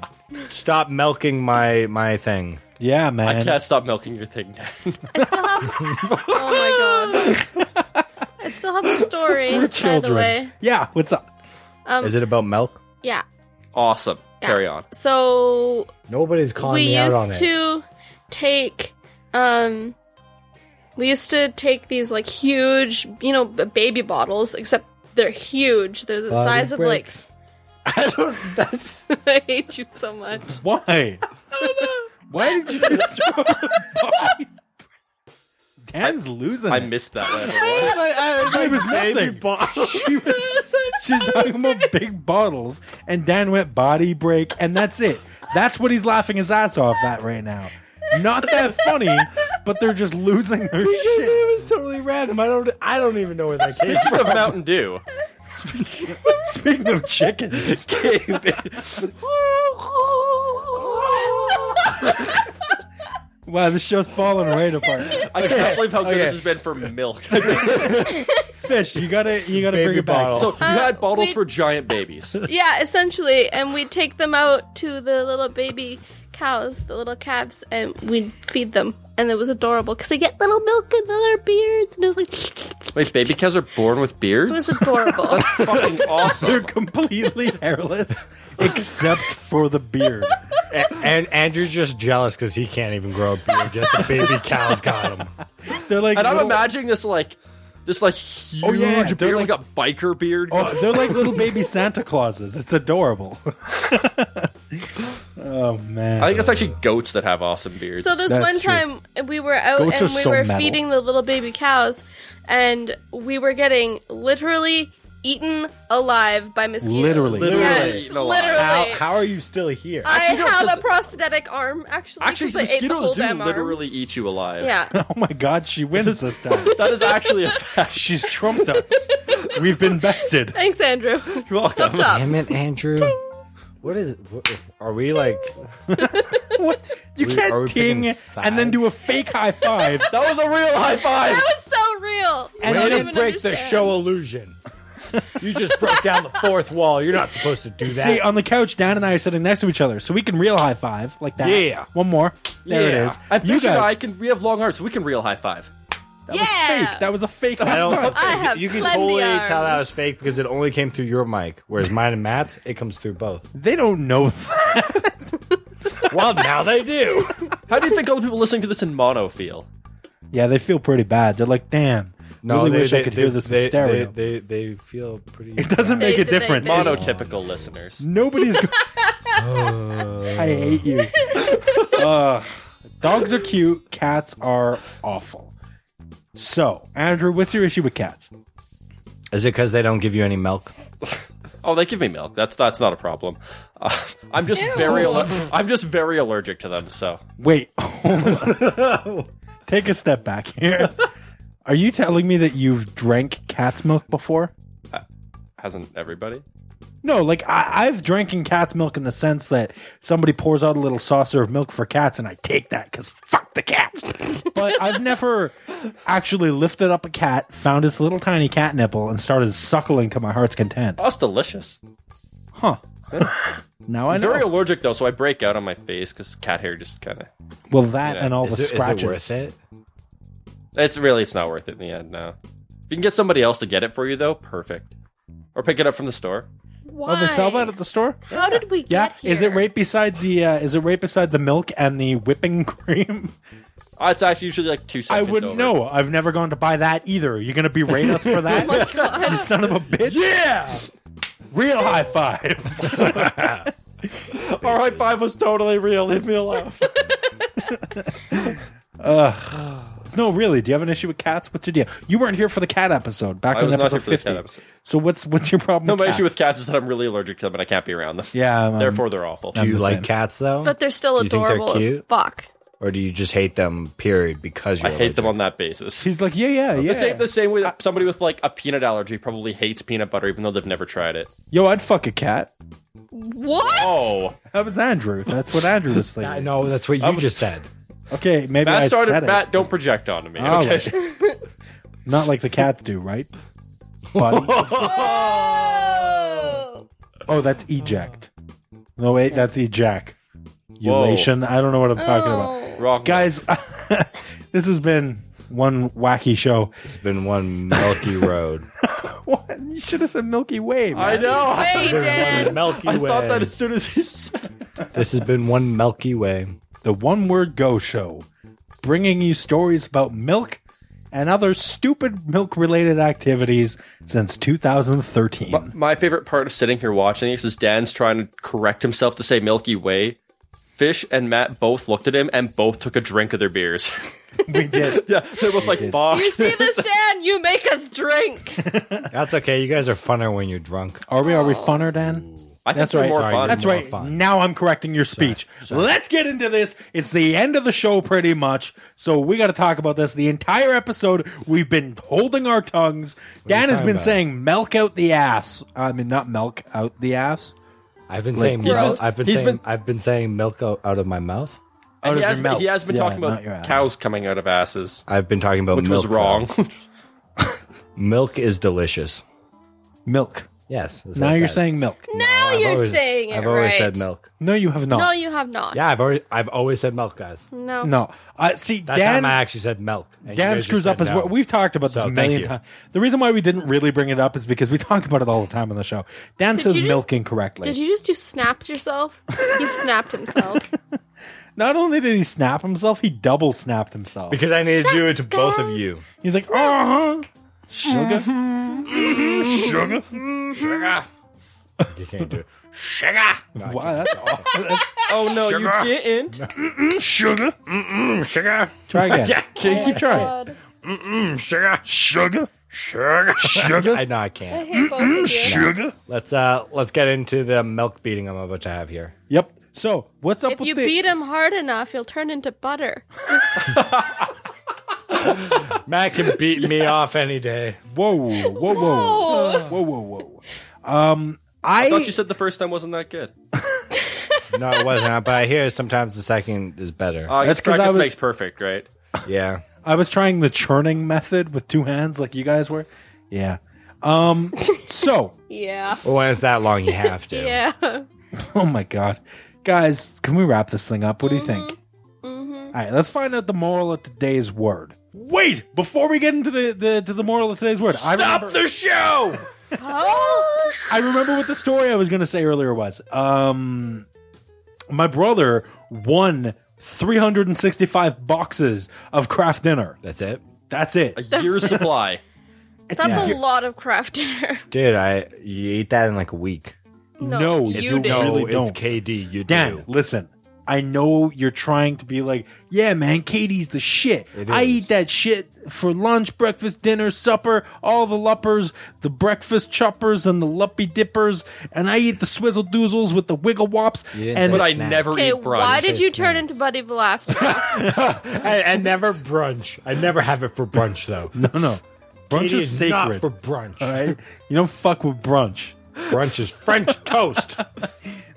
Speaker 9: stop milking my my thing.
Speaker 1: Yeah, man.
Speaker 2: can't stop milking your thing. Dan.
Speaker 5: I still have Oh my god. I still have a story, by the
Speaker 1: Children.
Speaker 5: way.
Speaker 1: Yeah. What's up?
Speaker 9: Is it about milk?
Speaker 5: Yeah.
Speaker 2: awesome.
Speaker 5: Yeah.
Speaker 2: Carry on.
Speaker 5: So
Speaker 9: Nobody's calling
Speaker 5: we
Speaker 9: me out on Uh,
Speaker 5: used
Speaker 9: it.
Speaker 5: to take Um, we used to take these like huge, you know, b- baby bottles, except they're huge. They're the
Speaker 4: Body
Speaker 5: size of like.
Speaker 4: breaks.
Speaker 9: I don't. That's
Speaker 5: I hate you so much.
Speaker 1: Why? Why did you just throw a body? Dan's losing.
Speaker 2: I
Speaker 1: it.
Speaker 2: missed that. One.
Speaker 1: I, I, it was nothing. She was, she's talking about big bottles, and Dan went body break, and that's it. That's what he's laughing his ass off at right now. Not that funny, but they're just losing their shit.
Speaker 9: it was totally random. I don't. I don't even know where that came
Speaker 2: Speaking of Mountain Dew,
Speaker 1: Speaking of chickens, wow, this show's falling right apart.
Speaker 2: I can't believe how good
Speaker 9: Okay.
Speaker 2: this has been for milk.
Speaker 1: Fish, you gotta, you gotta
Speaker 9: Baby
Speaker 1: bring it back.
Speaker 9: bottle.
Speaker 2: So you had bottles
Speaker 5: Uh, we-
Speaker 2: for giant babies.
Speaker 5: Yeah, essentially, and we take them out to the little baby cows, the little calves, and we feed them. And it was adorable because they get little milk and their beards, and it was like it
Speaker 2: Wait, baby cows are born with beards?
Speaker 5: was adorable.
Speaker 2: fucking
Speaker 1: They're
Speaker 2: awesome.
Speaker 1: completely hairless except for the beard.
Speaker 9: And Andrew's just jealous because he can't even grow a beard yet. The baby cow's got him.
Speaker 1: They're like,
Speaker 2: And I'm
Speaker 1: little-
Speaker 2: imagining this like this like huge
Speaker 1: Oh, yeah, they're
Speaker 2: beard, like, a biker beard.
Speaker 1: Oh, they're like little baby Santa Clauses. It's adorable. oh man.
Speaker 2: I think it's actually goats that have awesome beards.
Speaker 5: So this
Speaker 1: That's
Speaker 5: one
Speaker 1: true.
Speaker 5: time we were out
Speaker 1: Goats
Speaker 5: and
Speaker 1: are
Speaker 5: we
Speaker 1: so
Speaker 5: were
Speaker 1: metal.
Speaker 5: feeding the little baby cows, and we were getting literally eaten alive by mosquitoes.
Speaker 1: Literally. Literally
Speaker 5: yes,
Speaker 2: eaten alive.
Speaker 5: literally.
Speaker 9: How, how are you still here?
Speaker 5: I
Speaker 2: Actually, no,
Speaker 5: have
Speaker 2: 'cause-
Speaker 5: a prosthetic arm. Actually,
Speaker 2: actually,
Speaker 5: 'cause I ate the
Speaker 2: mosquitoes
Speaker 5: whole
Speaker 2: do
Speaker 5: damn arm.
Speaker 2: literally eat you alive.
Speaker 5: Yeah.
Speaker 1: oh my god, she wins this time.
Speaker 2: That is actually a fact.
Speaker 1: She's trumped us. We've been bested.
Speaker 5: Thanks, Andrew.
Speaker 2: You're welcome.
Speaker 5: Up top.
Speaker 4: Damn it, Andrew. What is? What,
Speaker 9: Are we like?
Speaker 1: What? You
Speaker 9: We- are
Speaker 1: can't
Speaker 9: we
Speaker 1: ting
Speaker 9: picking
Speaker 1: and then do a fake high five.
Speaker 2: That was a real high five.
Speaker 5: That was so real.
Speaker 1: And
Speaker 5: I
Speaker 1: Way
Speaker 5: don't
Speaker 1: to
Speaker 5: even
Speaker 9: break the
Speaker 5: understand.
Speaker 9: show illusion. You just broke down the fourth wall. You're not supposed to do that.
Speaker 1: See, uh, on the couch, Dan and I are sitting next to each other, so we can real high five like that.
Speaker 9: Yeah.
Speaker 1: One more. There it
Speaker 9: Yeah.
Speaker 1: is.
Speaker 2: And
Speaker 1: you
Speaker 2: Fish and I
Speaker 1: guys.
Speaker 2: can we have long arms, so we can real high five.
Speaker 1: That was
Speaker 5: Yeah.
Speaker 1: fake. That was a fake
Speaker 9: I
Speaker 1: high
Speaker 9: don't.
Speaker 1: five.
Speaker 5: I have
Speaker 9: you can
Speaker 5: slendy
Speaker 9: totally
Speaker 5: arms.
Speaker 9: tell that was fake because it only came through your mic, whereas mine and Matt's it comes through both.
Speaker 1: They don't know that.
Speaker 9: Well, now they do.
Speaker 2: How do you think all the people listening to this in mono feel?
Speaker 1: Yeah, they feel pretty bad. They're like, damn. really wish I could hear this
Speaker 9: they,
Speaker 1: in stereo.
Speaker 9: They, they, they feel pretty.
Speaker 1: it doesn't
Speaker 5: They-
Speaker 1: make a
Speaker 5: they- they-
Speaker 1: difference.
Speaker 5: they-
Speaker 2: Monotypical listeners.
Speaker 1: Nobody's. Go- I hate you. Ugh. dogs are cute. Cats are awful. So, Andrew, what's your issue with cats?
Speaker 9: Is it because they don't give you any milk?
Speaker 2: Oh, they give me milk. That's that's not a problem. Uh, I'm just very aller- I'm just very allergic to them. So
Speaker 1: Wait, take a step back here. Are you telling me that you've drank cat's milk before?
Speaker 2: hasn't everybody?
Speaker 1: No, like I, I've drinking cat's milk in the sense that somebody pours out a little saucer of milk for cats, and I take that because fuck the cats. but I've never actually lifted up a cat, found its little tiny cat nipple, and started suckling to my heart's content.
Speaker 2: Oh, it's delicious.
Speaker 1: Huh? now I know.
Speaker 2: Very allergic though, so I break out on my face because cat hair just kind of.
Speaker 1: well, that
Speaker 2: Yeah.
Speaker 1: and all
Speaker 9: Is
Speaker 1: the
Speaker 9: it, is
Speaker 1: scratches.
Speaker 9: it worth it?
Speaker 2: It's really it's not worth it in the end. No, if you can get somebody else to get it for you though, perfect. Or pick it up from the store.
Speaker 5: Why?
Speaker 1: Oh, they sell that at the store.
Speaker 5: How did we
Speaker 1: Yeah,
Speaker 5: get here?
Speaker 1: is it right beside the? Uh, is it right beside the milk and the whipping cream?
Speaker 2: Uh, it's actually usually like two
Speaker 1: I
Speaker 2: seconds.
Speaker 1: wouldn't
Speaker 2: over.
Speaker 1: know. I've never gone to buy that either. You're gonna berate us for
Speaker 5: Oh
Speaker 1: that, you son of a bitch. Yeah, real high five.
Speaker 2: Our high five was totally real. Leave me alone.
Speaker 1: no, really. Do you have an issue with cats? What's your deal? You weren't here for the cat episode back
Speaker 2: I
Speaker 1: on
Speaker 2: was not
Speaker 1: episode
Speaker 2: here for the
Speaker 1: fifty.
Speaker 2: cat episode.
Speaker 1: So what's what's your problem?
Speaker 2: No,
Speaker 1: with
Speaker 2: my
Speaker 1: cats?
Speaker 2: issue with cats is that I'm really allergic to them and I can't be around them.
Speaker 1: yeah, um,
Speaker 2: Therefore, they're awful.
Speaker 9: Do you
Speaker 1: the
Speaker 9: like
Speaker 1: same.
Speaker 9: cats though,
Speaker 5: But they're still
Speaker 9: You think they're
Speaker 5: adorable as
Speaker 9: cute?
Speaker 5: fuck.
Speaker 9: or do you just hate them? Period, because you
Speaker 2: I hate them on that basis.
Speaker 1: he's like, yeah, yeah, yeah.
Speaker 2: The same, the same way that somebody with like a peanut allergy probably hates peanut butter even though they've never tried it.
Speaker 1: Yo, I'd fuck a cat.
Speaker 5: What?
Speaker 2: Oh,
Speaker 1: That was Andrew. That's what Andrew was
Speaker 9: I
Speaker 1: thinking.
Speaker 9: know that's what you
Speaker 2: was-
Speaker 9: just said.
Speaker 1: Okay, maybe
Speaker 2: Matt
Speaker 1: I
Speaker 2: started.
Speaker 1: said it.
Speaker 2: Matt, don't project onto me.
Speaker 1: All
Speaker 2: Oh, okay,
Speaker 1: right. Not like the cats do, right? Buddy.
Speaker 5: Oh.
Speaker 1: Oh, that's eject. No, wait, that's eject.
Speaker 2: Whoa.
Speaker 1: Elation. I don't know what I'm talking
Speaker 9: Oh.
Speaker 1: about.
Speaker 5: Oh.
Speaker 2: wrong
Speaker 1: Guys, this has been one wacky show.
Speaker 9: It's been one milky road.
Speaker 1: What? You should have said Milky Way. Man.
Speaker 2: I know.
Speaker 5: Hey, Dan.
Speaker 9: milky
Speaker 2: I
Speaker 9: way.
Speaker 2: thought that as soon as he said.
Speaker 9: This has been one milky way.
Speaker 1: The One Word Go Show. bringing you stories about milk and other stupid milk related activities since 2013.
Speaker 2: My favorite part of sitting here watching this is Dan's trying to correct himself to say Milky Way. Fish and Matt both looked at him and both took a drink of their beers.
Speaker 1: we did.
Speaker 2: yeah, they're both like, "Fuck."
Speaker 5: You see this, Dan? You make us drink.
Speaker 9: That's okay. You guys are funner when you're drunk.
Speaker 1: Are we are we funner, Dan?
Speaker 2: I think they're more fun.
Speaker 1: That's right. Now I'm correcting your speech. Let's get into this. It's the end of the show, pretty much. So we got to talk about this. The entire episode, we've been holding our tongues. Dan has
Speaker 9: talking
Speaker 1: been
Speaker 9: about?
Speaker 1: saying "milk out the ass." I mean, not milk out the ass.
Speaker 9: I've been saying
Speaker 5: he's
Speaker 9: milk.
Speaker 5: been-
Speaker 9: I've been
Speaker 2: he's
Speaker 9: saying
Speaker 2: been-
Speaker 9: I've been saying milk out, out of my mouth.
Speaker 1: Out
Speaker 2: And
Speaker 1: of
Speaker 2: he,
Speaker 1: your
Speaker 2: has been,
Speaker 1: mouth.
Speaker 2: he has been
Speaker 1: Yeah,
Speaker 2: talking
Speaker 1: not your
Speaker 2: about
Speaker 1: ass.
Speaker 2: cows coming out of asses,
Speaker 9: I've been talking about
Speaker 2: which
Speaker 9: milk.
Speaker 2: was wrong.
Speaker 9: though. Milk is delicious.
Speaker 1: Milk.
Speaker 9: Yes. that's what
Speaker 1: Now
Speaker 9: I
Speaker 1: you're
Speaker 9: said.
Speaker 1: saying milk.
Speaker 5: Now
Speaker 9: I've
Speaker 5: you're
Speaker 9: always-
Speaker 5: saying it
Speaker 9: I've always
Speaker 5: right.
Speaker 9: said milk.
Speaker 1: No, you have not.
Speaker 5: No, you have not.
Speaker 9: Yeah, I've always I've always said milk, guys.
Speaker 5: No.
Speaker 1: No. Uh, see,
Speaker 9: That
Speaker 1: Dan.
Speaker 9: time I actually said milk. and you
Speaker 1: Dan
Speaker 9: guys
Speaker 1: screws
Speaker 9: just
Speaker 1: up
Speaker 9: said
Speaker 1: as
Speaker 9: no.
Speaker 1: well. We've talked about this
Speaker 9: So,
Speaker 1: a
Speaker 9: thank
Speaker 1: million
Speaker 9: you.
Speaker 1: times. The reason why we didn't really bring it up is because we talk about it all the time on the show. Dan says
Speaker 5: you just-
Speaker 1: milk incorrectly.
Speaker 5: Did you just do snaps yourself? he snapped himself.
Speaker 1: Not only did he snap himself, he double snapped himself.
Speaker 9: because I needed to do it to both of
Speaker 5: guys.
Speaker 9: you.
Speaker 1: He's like, uh huh. Sugar.
Speaker 5: Mm-hmm.
Speaker 9: You can't do it.
Speaker 1: Wow, that's awful.
Speaker 2: oh no, you didn't!
Speaker 8: Sugar, mm-mm, sugar,
Speaker 1: Try again. Keep- Keep trying.
Speaker 5: God.
Speaker 8: sugar, sugar, sugar, sugar,
Speaker 9: I know I
Speaker 5: I
Speaker 9: can't.
Speaker 5: hate both of you.
Speaker 8: sugar.
Speaker 9: Let's uh let's get into the milk beating I'm about to have here.
Speaker 1: Yep. So, what's up
Speaker 5: If
Speaker 1: with
Speaker 5: you
Speaker 1: the.
Speaker 5: beat him hard enough, he'll turn into butter.
Speaker 9: Matt can beat me off any day.
Speaker 1: whoa, whoa, whoa. Whoa,
Speaker 5: Whoa.
Speaker 1: whoa, whoa. Um, I.
Speaker 2: I thought you said the first time wasn't that good.
Speaker 9: No, it wasn't. But I hear sometimes the second is better.
Speaker 2: Uh,
Speaker 1: That's 'cause I
Speaker 2: practice
Speaker 1: was-
Speaker 2: makes perfect, right?
Speaker 9: yeah.
Speaker 1: I was trying the churning method with two hands like you guys were. Yeah. Um, so,
Speaker 5: Yeah.
Speaker 9: Well, when it's that long, you have to.
Speaker 5: Yeah.
Speaker 1: oh my God. Guys, can we wrap this thing up? What do you think?
Speaker 5: hmm
Speaker 1: All right, let's find out the moral of today's word. Wait, before we get into the, the to the moral of today's word, I remember,
Speaker 2: show!
Speaker 5: Halt!
Speaker 1: I remember what the story I was going to say earlier was. Um, my brother won 365 boxes of craft dinner.
Speaker 9: That's it,
Speaker 1: That's it.
Speaker 2: A year's supply.
Speaker 5: That's a lot of craft dinner.
Speaker 9: dude. I you eat that in like a week.
Speaker 5: No,
Speaker 1: No,
Speaker 5: you
Speaker 1: it's
Speaker 5: did.
Speaker 1: no- really
Speaker 9: it's
Speaker 1: don't.
Speaker 9: KD. You
Speaker 1: Dan,
Speaker 9: do.
Speaker 1: listen. I know you're trying to be like, yeah, man, Katie's the shit.
Speaker 9: It
Speaker 1: I
Speaker 9: is.
Speaker 1: eat that shit for lunch, breakfast, dinner, supper, all the luppers, the breakfast choppers, and the luppy dippers, and I eat the swizzle doozles with the wiggle wops.
Speaker 9: didn't
Speaker 1: And
Speaker 9: say
Speaker 2: But I
Speaker 9: Snack.
Speaker 2: never
Speaker 5: Okay,
Speaker 2: eat brunch.
Speaker 5: why did you turn into Buddy Blaster?
Speaker 9: I, I never brunch. I never have it for brunch though.
Speaker 1: no, no, brunch
Speaker 9: It
Speaker 1: is
Speaker 9: is not
Speaker 1: sacred.
Speaker 9: for brunch.
Speaker 1: all right, you don't fuck with brunch.
Speaker 9: Brunch is French toast.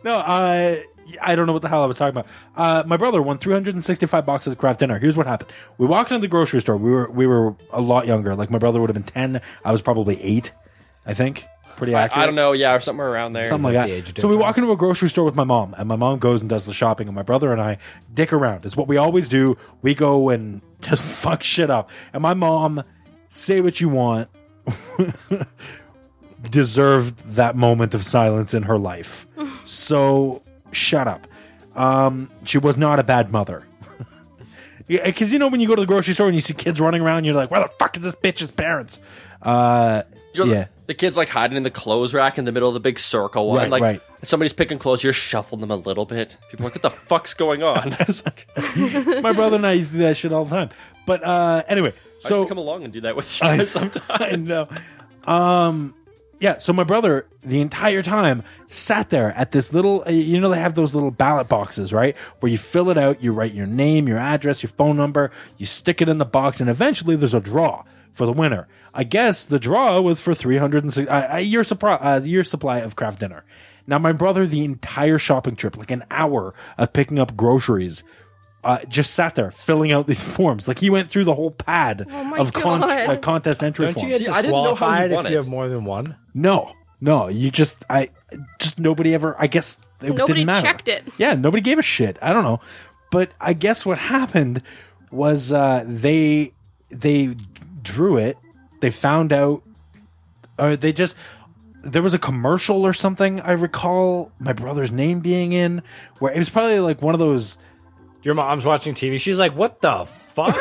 Speaker 1: No, uh, I don't know what the hell I was talking about. Uh, my brother won 365 boxes of craft dinner. Here's what happened: we walked into the grocery store. We were we were a lot younger. Like my brother would have been 10. I was probably eight, I think. Pretty
Speaker 2: I,
Speaker 1: accurate.
Speaker 2: I don't know, yeah, or somewhere around there.
Speaker 1: Something like
Speaker 9: the age
Speaker 1: that. So we walk
Speaker 9: difference.
Speaker 1: into a grocery store with my mom, and my mom goes and does the shopping, and my brother and I dick around. It's what we always do. We go and just fuck shit up. And my mom, say what you want, deserved that moment of silence in her life. so shut up. Um, she was not a bad mother. Because you know when you go to the grocery store and you see kids running around, you're like, "Where the fuck is this bitch's parents?" Uh,
Speaker 2: You know, the-
Speaker 1: yeah.
Speaker 2: The kid's like hiding in the clothes rack in the middle of the big circle.
Speaker 1: Right,
Speaker 2: and, like
Speaker 1: right.
Speaker 2: if somebody's picking clothes, you're shuffling them a little bit. People are like, what the fuck's going on? I was like, I
Speaker 1: my brother and I used to do that shit all the time. But uh, anyway,
Speaker 2: used
Speaker 1: so
Speaker 2: to come along and do that with you
Speaker 1: I-
Speaker 2: guys sometimes.
Speaker 1: I know. Um, yeah. So my brother, the entire time, sat there at this little. uh, You know, they have those little ballot boxes, right? Where you fill it out, you write your name, your address, your phone number, you stick it in the box, and eventually there's a draw for the winner. I guess the draw was for three hundred and six a a year supply, uh, year supply of craft dinner. Now, my brother, the entire shopping trip, like an hour of picking up groceries, uh, just sat there filling out these forms. Like he went through the whole pad
Speaker 5: Oh my
Speaker 1: of con-
Speaker 5: God.
Speaker 1: uh, contest entry
Speaker 9: Don't you
Speaker 1: forms.
Speaker 9: get
Speaker 2: See, I didn't know how
Speaker 9: disqualified
Speaker 2: you
Speaker 9: if
Speaker 2: won
Speaker 9: you
Speaker 2: it.
Speaker 9: have more than one?
Speaker 1: No, no. You just, I, just nobody ever. I guess it
Speaker 5: Nobody
Speaker 1: didn't matter.
Speaker 5: checked it.
Speaker 1: Yeah, nobody gave a shit. I don't know, but I guess what happened was uh, they they drew it. They found out, or they just there was a commercial or something. I recall my brother's name being in where it was probably like one of those.
Speaker 9: Your mom's watching TV. She's like, "What the fuck?"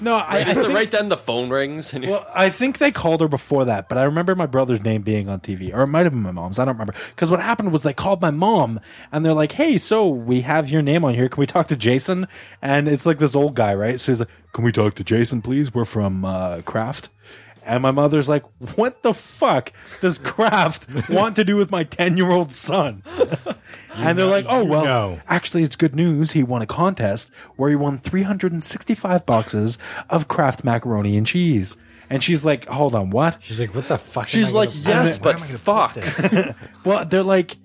Speaker 1: No, I, I
Speaker 2: Is it
Speaker 1: think,
Speaker 2: right then the phone rings and you
Speaker 1: well, I think they called her before that, but I remember my brother's name being on TV, or it might have been my mom's. I don't remember. Because what happened was they called my mom, and they're like, "Hey, so we have your name on here. Can we talk to Jason?" And it's like this old guy, right? So he's like, "Can we talk to Jason, please? We're from uh, Kraft." And my mother's like, "What the fuck does Kraft want to do with my ten-year-old son?" and they're like, "Oh well,
Speaker 9: know.
Speaker 1: actually, it's good news. He won a contest where he won 365 boxes of Kraft macaroni and cheese." And she's like, "Hold on, what?"
Speaker 9: She's like, "What the fuck?" am I
Speaker 2: She's
Speaker 9: gonna-
Speaker 2: like, yes,
Speaker 9: where
Speaker 2: but
Speaker 9: am I gonna
Speaker 2: fuck.
Speaker 9: put this?"
Speaker 1: Well, they're like,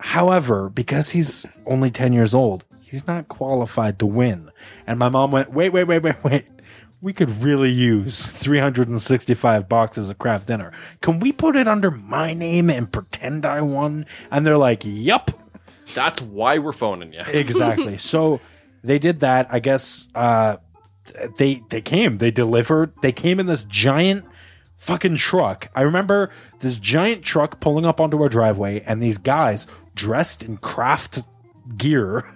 Speaker 1: "However, because he's only 10 years old, he's not qualified to win." And my mom went, "Wait, wait, wait, wait, wait." We could really use 365 boxes of Kraft dinner. Can we put it under my name and pretend I won? And they're like, "Yup."
Speaker 2: That's why we're phoning you.
Speaker 1: exactly. So they did that. I guess uh, they they came. They delivered. They came in this giant fucking truck. I remember this giant truck pulling up onto our driveway, and these guys dressed in craft gear.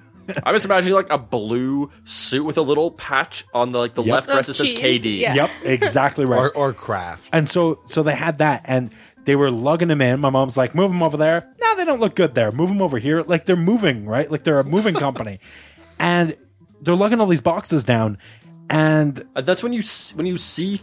Speaker 2: I'm just imagining like a blue suit with a little patch on the like the left
Speaker 5: Oh,
Speaker 2: breast that says
Speaker 5: jeez,
Speaker 2: KD.
Speaker 5: yeah.
Speaker 1: Yep, exactly right.
Speaker 9: or or craft.
Speaker 1: And so so they had that and they were lugging them in. My mom's like, move them over there. No, they don't look good there. Move them over here. Like they're moving, right? Like they're a moving company. And they're lugging all these boxes down. And
Speaker 2: And Uh, that's when you s- when you see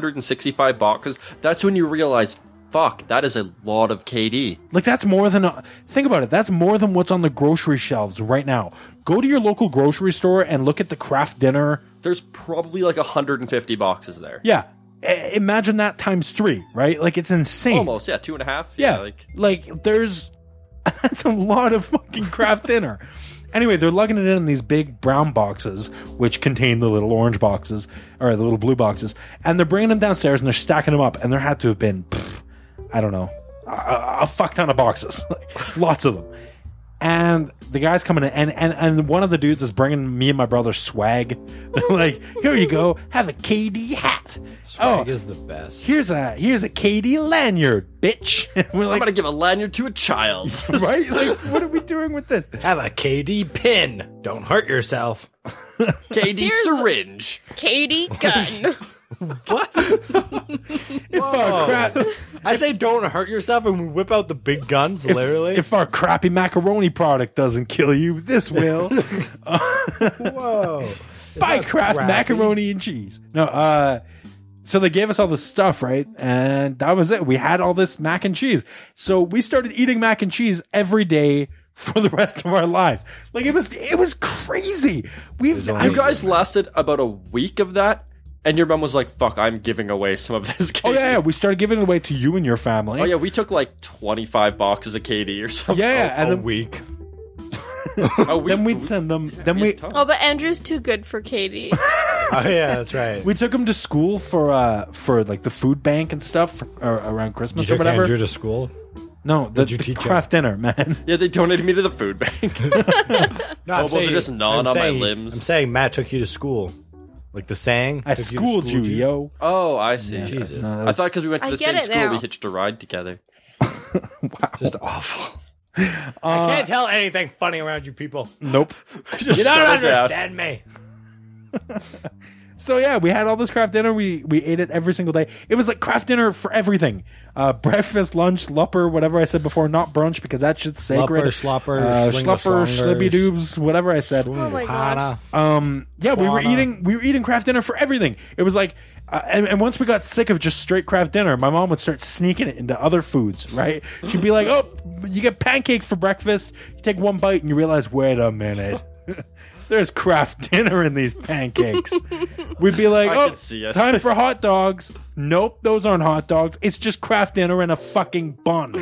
Speaker 2: 365 boxes. That's when you realize, fuck, that is a lot of KD.
Speaker 1: like that's more than a, think about it. That's more than what's on the grocery shelves right now. Go to your local grocery store and look at the craft dinner.
Speaker 2: There's probably like 150 boxes there.
Speaker 1: Yeah. I- imagine that times three, right? Like it's insane.
Speaker 2: Almost, yeah, two and a half.
Speaker 1: Yeah,
Speaker 2: like
Speaker 1: like, there's that's a lot of fucking craft dinner. Anyway, they're lugging it in, in these big brown boxes, which contain the little orange boxes or the little blue boxes, and they're bringing them downstairs and they're stacking them up, and there had to have been, pff, I don't know, a, a, a fuck ton of boxes, like, lots of them. And the guy's coming in, and, and, and one of the dudes is bringing me and my brother swag. They're like, "Here you go, have a KD hat.
Speaker 9: Swag
Speaker 1: oh,
Speaker 9: is the best.
Speaker 1: here's a here's a KD lanyard, bitch." And we're
Speaker 2: I'm
Speaker 1: like,
Speaker 2: gonna give a lanyard to a child.
Speaker 1: right? Like, what are we doing with this?
Speaker 9: Have a KD pin. Don't hurt yourself.
Speaker 2: KD syringe.
Speaker 5: Katie Gunn.
Speaker 1: If
Speaker 2: Oh.
Speaker 1: our, crap,
Speaker 9: I say don't hurt yourself, and we whip out the big guns. literally,
Speaker 1: if our crappy macaroni product doesn't kill you, this will.
Speaker 9: whoa.
Speaker 1: Buy Kraft
Speaker 9: crappy.
Speaker 1: macaroni and cheese. No, uh, so they gave us all this stuff, right? And that was it. We had all this mac and cheese. So we started eating mac and cheese every day for the rest of our lives. Like it was, it was crazy. We've, I,
Speaker 2: You guys lasted about a week of that, and your mom was like, "Fuck, I'm giving away some of this." KD.
Speaker 1: oh yeah, yeah, we started giving it away to you and your family.
Speaker 2: Oh yeah, we took like 25 boxes of KD or something.
Speaker 1: Yeah, and
Speaker 9: a
Speaker 1: then,
Speaker 9: week.
Speaker 2: Oh, we,
Speaker 1: then we'd send them. Then we
Speaker 5: oh, but Andrew's too good for Katie.
Speaker 9: Oh yeah, that's right.
Speaker 1: We took him to school for uh for like the food bank and stuff for, or, around Christmas or whatever.
Speaker 9: to school.
Speaker 1: no, the,
Speaker 9: you
Speaker 1: the
Speaker 9: teach him?
Speaker 1: craft dinner, man.
Speaker 2: yeah, they donated me to the food bank.
Speaker 9: No, I'm
Speaker 2: Elbows are just gnawing
Speaker 9: I'm
Speaker 2: on my
Speaker 9: saying-
Speaker 2: limbs.
Speaker 9: I'm saying Matt took you to school, like the saying.
Speaker 1: I
Speaker 9: took
Speaker 1: schooled you, yo.
Speaker 2: oh, I see.
Speaker 9: Jesus,
Speaker 2: I thought because we went to
Speaker 5: I
Speaker 2: the
Speaker 5: get
Speaker 2: same
Speaker 5: it
Speaker 2: school,
Speaker 5: now.
Speaker 2: we hitched a ride together.
Speaker 9: just awful. I can't tell anything funny around you people.
Speaker 1: Nope.
Speaker 2: Just
Speaker 9: You don't
Speaker 2: shut it down.
Speaker 9: understand me.
Speaker 1: So yeah, we had all this craft dinner. We we ate it every single day. It was like craft dinner for everything: uh, breakfast, lunch, lupper, whatever I said before, not brunch because that shit's sacred.
Speaker 9: Lupper, slopper,
Speaker 1: uh,
Speaker 9: slinger
Speaker 1: schlupper,
Speaker 9: slongers.
Speaker 1: schlibby doobs, whatever I said.
Speaker 5: Oh my
Speaker 9: Hana.
Speaker 5: god.
Speaker 1: Um, yeah, we were
Speaker 9: Fauna.
Speaker 1: eating we were eating craft dinner for everything. It was like, uh, and, and once we got sick of just straight craft dinner, my mom would start sneaking it into other foods. Right? She'd be like, "Oh, you get pancakes for breakfast. You take one bite and you realize, wait a minute." There's craft dinner in these pancakes. We'd be like,
Speaker 2: I
Speaker 1: oh,
Speaker 2: can see it."
Speaker 1: time for hot dogs. Nope, those aren't hot dogs. It's just craft dinner and a fucking bun.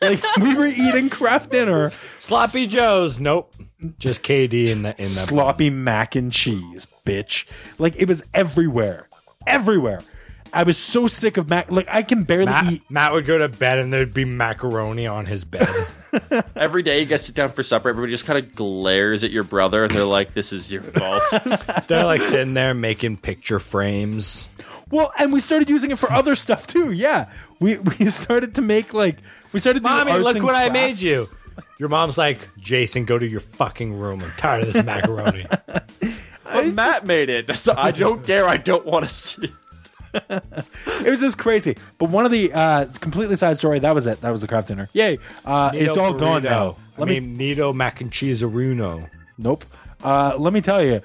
Speaker 1: like, we were eating craft dinner
Speaker 9: Sloppy Joe's. Nope. Just KD in the in the.
Speaker 1: sloppy mac and cheese, bitch. Like it was everywhere, everywhere. I was so sick of mac. Like I can barely
Speaker 9: Matt,
Speaker 1: eat.
Speaker 9: Matt would go to bed and there'd be macaroni on his bed.
Speaker 2: Every day you guys sit down for supper, everybody just kind of glares at your brother and they're like, this is your fault.
Speaker 9: They're like sitting there making picture frames.
Speaker 1: Well, and we started using it for other stuff too. Yeah, we we started to make like we started. doing
Speaker 9: Mommy,
Speaker 1: arts
Speaker 9: look
Speaker 1: and
Speaker 9: what I
Speaker 1: crafts.
Speaker 9: made you. Your mom's like, Jason, go to your fucking room. I'm tired of this macaroni.
Speaker 2: But Matt made it. So I don't care. I don't want to see. it.
Speaker 1: It was just crazy. But one of the uh, completely side story. That was it. That was the craft dinner. Yay! Uh, it's all gone now.
Speaker 9: Let I mean, Nito mac and cheese aruno.
Speaker 1: Nope. Uh, let me tell you,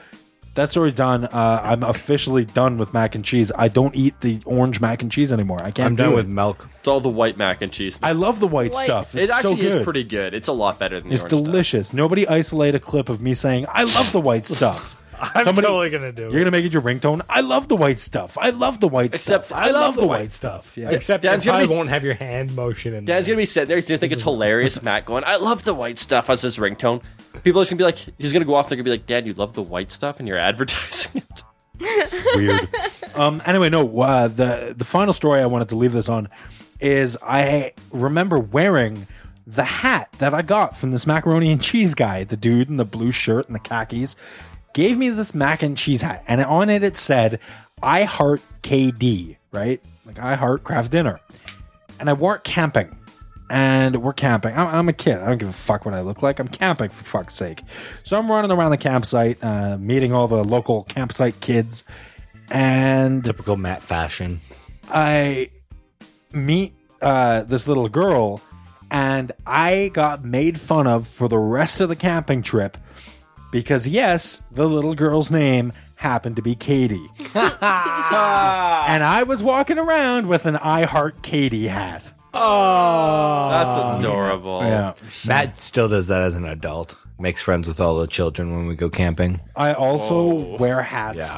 Speaker 1: that story's done. Uh, I'm officially done with mac and cheese. I don't eat the orange mac and cheese anymore. I can't
Speaker 9: I'm
Speaker 1: do
Speaker 9: done
Speaker 1: it.
Speaker 9: with milk.
Speaker 2: It's all the white mac and cheese.
Speaker 1: I love the white,
Speaker 5: White.
Speaker 1: stuff.
Speaker 2: it
Speaker 1: It's so
Speaker 2: actually
Speaker 1: good.
Speaker 2: is pretty good. It's a lot better than the
Speaker 1: It's
Speaker 2: orange stuff.
Speaker 1: delicious. Nobody isolate a clip of me saying I love the white stuff.
Speaker 4: I'm totally gonna do
Speaker 1: You're
Speaker 4: it.
Speaker 1: gonna make it your ringtone. I love the white stuff. I love the white
Speaker 2: Except
Speaker 1: stuff. I love the white stuff. Yeah.
Speaker 9: Except
Speaker 2: Dad's
Speaker 9: you
Speaker 2: gonna
Speaker 9: probably
Speaker 2: be-
Speaker 9: won't have your hand motion in
Speaker 2: Dad's
Speaker 9: there.
Speaker 2: gonna be sitting there. He's gonna think it's hilarious. Matt going, "I love the white stuff." As his ringtone, people are just gonna be like, he's gonna go off. They're gonna be like, "Dad, you love the white stuff, and you're advertising it."
Speaker 1: weird. um, anyway, no. Uh, the the final story I wanted to leave this on is I remember wearing the hat that I got from this macaroni and cheese guy, the dude in the blue shirt and the khakis, gave me this mac and cheese hat, and on it it said, "I heart KD," right? Like I heart craft dinner, and I wore it camping. And we're camping. I'm, I'm a kid. I don't give a fuck what I look like. I'm camping for fuck's sake. So I'm running around the campsite, uh, meeting all the local campsite kids, and
Speaker 9: typical Matt fashion.
Speaker 1: I meet uh, this little girl, and I got made fun of for the rest of the camping trip because, yes, the little girl's name happened to be Katie. and I was walking around with an I Heart Katie hat.
Speaker 2: That's adorable.
Speaker 1: Um, Yeah.
Speaker 9: Matt still does that as an adult. Makes friends with all the children when we go camping.
Speaker 1: I also wear hats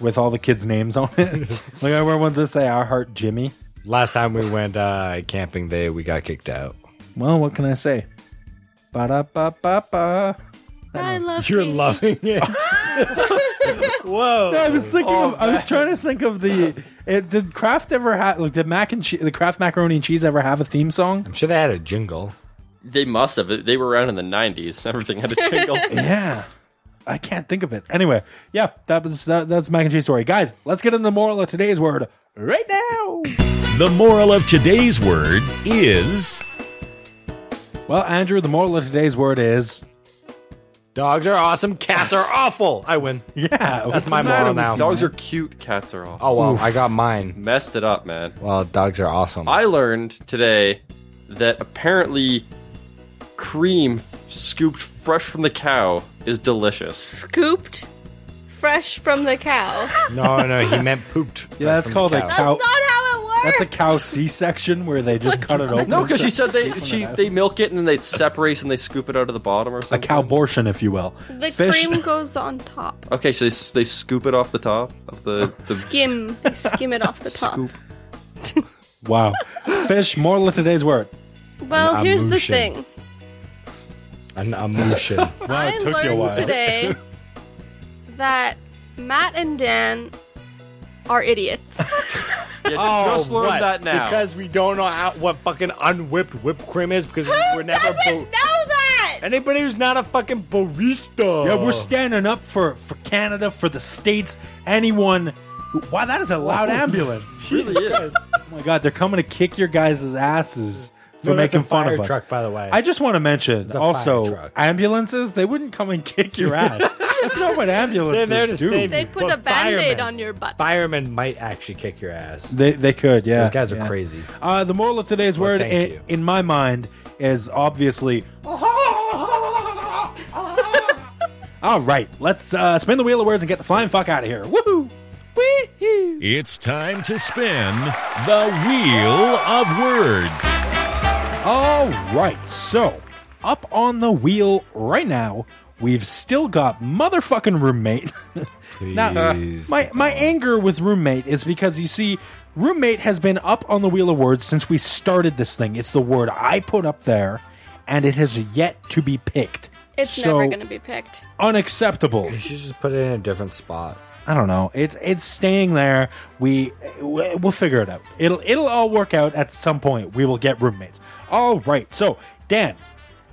Speaker 1: with all the kids' names on it. like, I wear ones that say I Heart Jimmy.
Speaker 9: Last time we went uh, camping, they we got kicked out.
Speaker 1: Well, what can I say? Ba da ba ba ba.
Speaker 5: I love
Speaker 9: You're
Speaker 5: Katie.
Speaker 9: loving it.
Speaker 1: No, I was thinking. of, I was trying to think of the. It, did Kraft ever have like did mac and che- the Kraft macaroni and cheese ever have a theme song?
Speaker 9: I'm sure they had a jingle.
Speaker 2: They must have. They were around in the '90s. Everything had a jingle.
Speaker 1: Yeah, I can't think of it. Anyway, yeah, that was that, that's mac and cheese story, guys. Let's get into the moral of today's word right now.
Speaker 3: The moral of today's word is
Speaker 1: Well, Andrew, the moral of today's word is
Speaker 9: Dogs are awesome. Cats are awful. I win.
Speaker 1: yeah.
Speaker 9: That's
Speaker 1: what's
Speaker 9: my
Speaker 1: the matter
Speaker 9: moral
Speaker 1: with-
Speaker 9: now.
Speaker 2: Dogs are cute. Cats are all
Speaker 9: Oh well, I got mine.
Speaker 2: messed it up, man.
Speaker 9: Well, dogs are awesome.
Speaker 2: I learned today that apparently cream f- scooped fresh from the cow is delicious.
Speaker 5: Scooped fresh from the cow.
Speaker 9: no, no, he meant pooped.
Speaker 1: Yeah, that's
Speaker 9: From
Speaker 1: called
Speaker 9: the
Speaker 1: a
Speaker 9: cow.
Speaker 5: That's
Speaker 1: cow.
Speaker 5: not how it works.
Speaker 1: That's a cow C-section where they just cut it open.
Speaker 2: No, because she said they she they milk it and then they separate and they scoop it out of the bottom or
Speaker 1: a
Speaker 2: something.
Speaker 1: cow abortion, if you will.
Speaker 5: the
Speaker 1: Fish-
Speaker 5: cream goes on top.
Speaker 2: Okay, so they, s- they scoop it off the top of the, the
Speaker 5: Skim. They skim it off the top.
Speaker 1: Scoop. wow, fish. Moral of today's word.
Speaker 5: Well,
Speaker 9: An
Speaker 5: here's the
Speaker 9: emotion.
Speaker 5: thing.
Speaker 9: An emotion.
Speaker 3: Oh,
Speaker 5: I learned today that Matt and Dan are idiots.
Speaker 2: yeah,
Speaker 5: Oh,
Speaker 2: just learned that now.
Speaker 9: Because we don't know how, what fucking unwhipped whipped cream is because we're never.
Speaker 5: Doesn't know
Speaker 9: bo-
Speaker 5: that.
Speaker 9: Anybody who's not a fucking barista.
Speaker 1: Yeah, we're standing up for, for Canada, for the states, anyone. Who, wow, that is a loud ambulance.
Speaker 2: It really is.
Speaker 1: Oh my God, they're coming to kick your guys' asses for
Speaker 9: No, that's
Speaker 1: making
Speaker 9: a
Speaker 1: fun
Speaker 9: fire
Speaker 1: of us.
Speaker 9: truck, by the way.
Speaker 1: I just want to mention
Speaker 9: a fire
Speaker 1: also
Speaker 9: truck.
Speaker 1: ambulances, they wouldn't come and kick your ass. That's not what ambulances
Speaker 9: They're there to
Speaker 1: do.
Speaker 9: save
Speaker 5: They
Speaker 9: you.
Speaker 5: put
Speaker 9: But
Speaker 5: a band-aid
Speaker 9: firemen-
Speaker 5: on your butt.
Speaker 9: Firemen might actually kick your ass.
Speaker 1: They, they could, yeah.
Speaker 9: Those guys are
Speaker 1: yeah.
Speaker 9: crazy.
Speaker 1: Uh, the moral of today's word,
Speaker 9: thank
Speaker 1: in,
Speaker 9: you.
Speaker 1: in my mind, is obviously. All right, let's uh, spin the wheel of words and get the flying fuck out of here. Woohoo!
Speaker 3: It's time to spin the wheel of words.
Speaker 1: All right, so up on the wheel right now, we've still got motherfucking roommate. now, uh, my my anger with roommate is because you see, roommate has been up on the wheel of words since we started this thing. It's the word I put up there, and it has yet to be picked.
Speaker 5: It's
Speaker 1: So,
Speaker 5: never going to be picked.
Speaker 1: unacceptable.
Speaker 9: You should just put it in a different spot.
Speaker 1: I don't know. It's it's staying there. We we- we'll figure it out. It'll it'll all work out at some point. We will get roommates. All right. So Dan,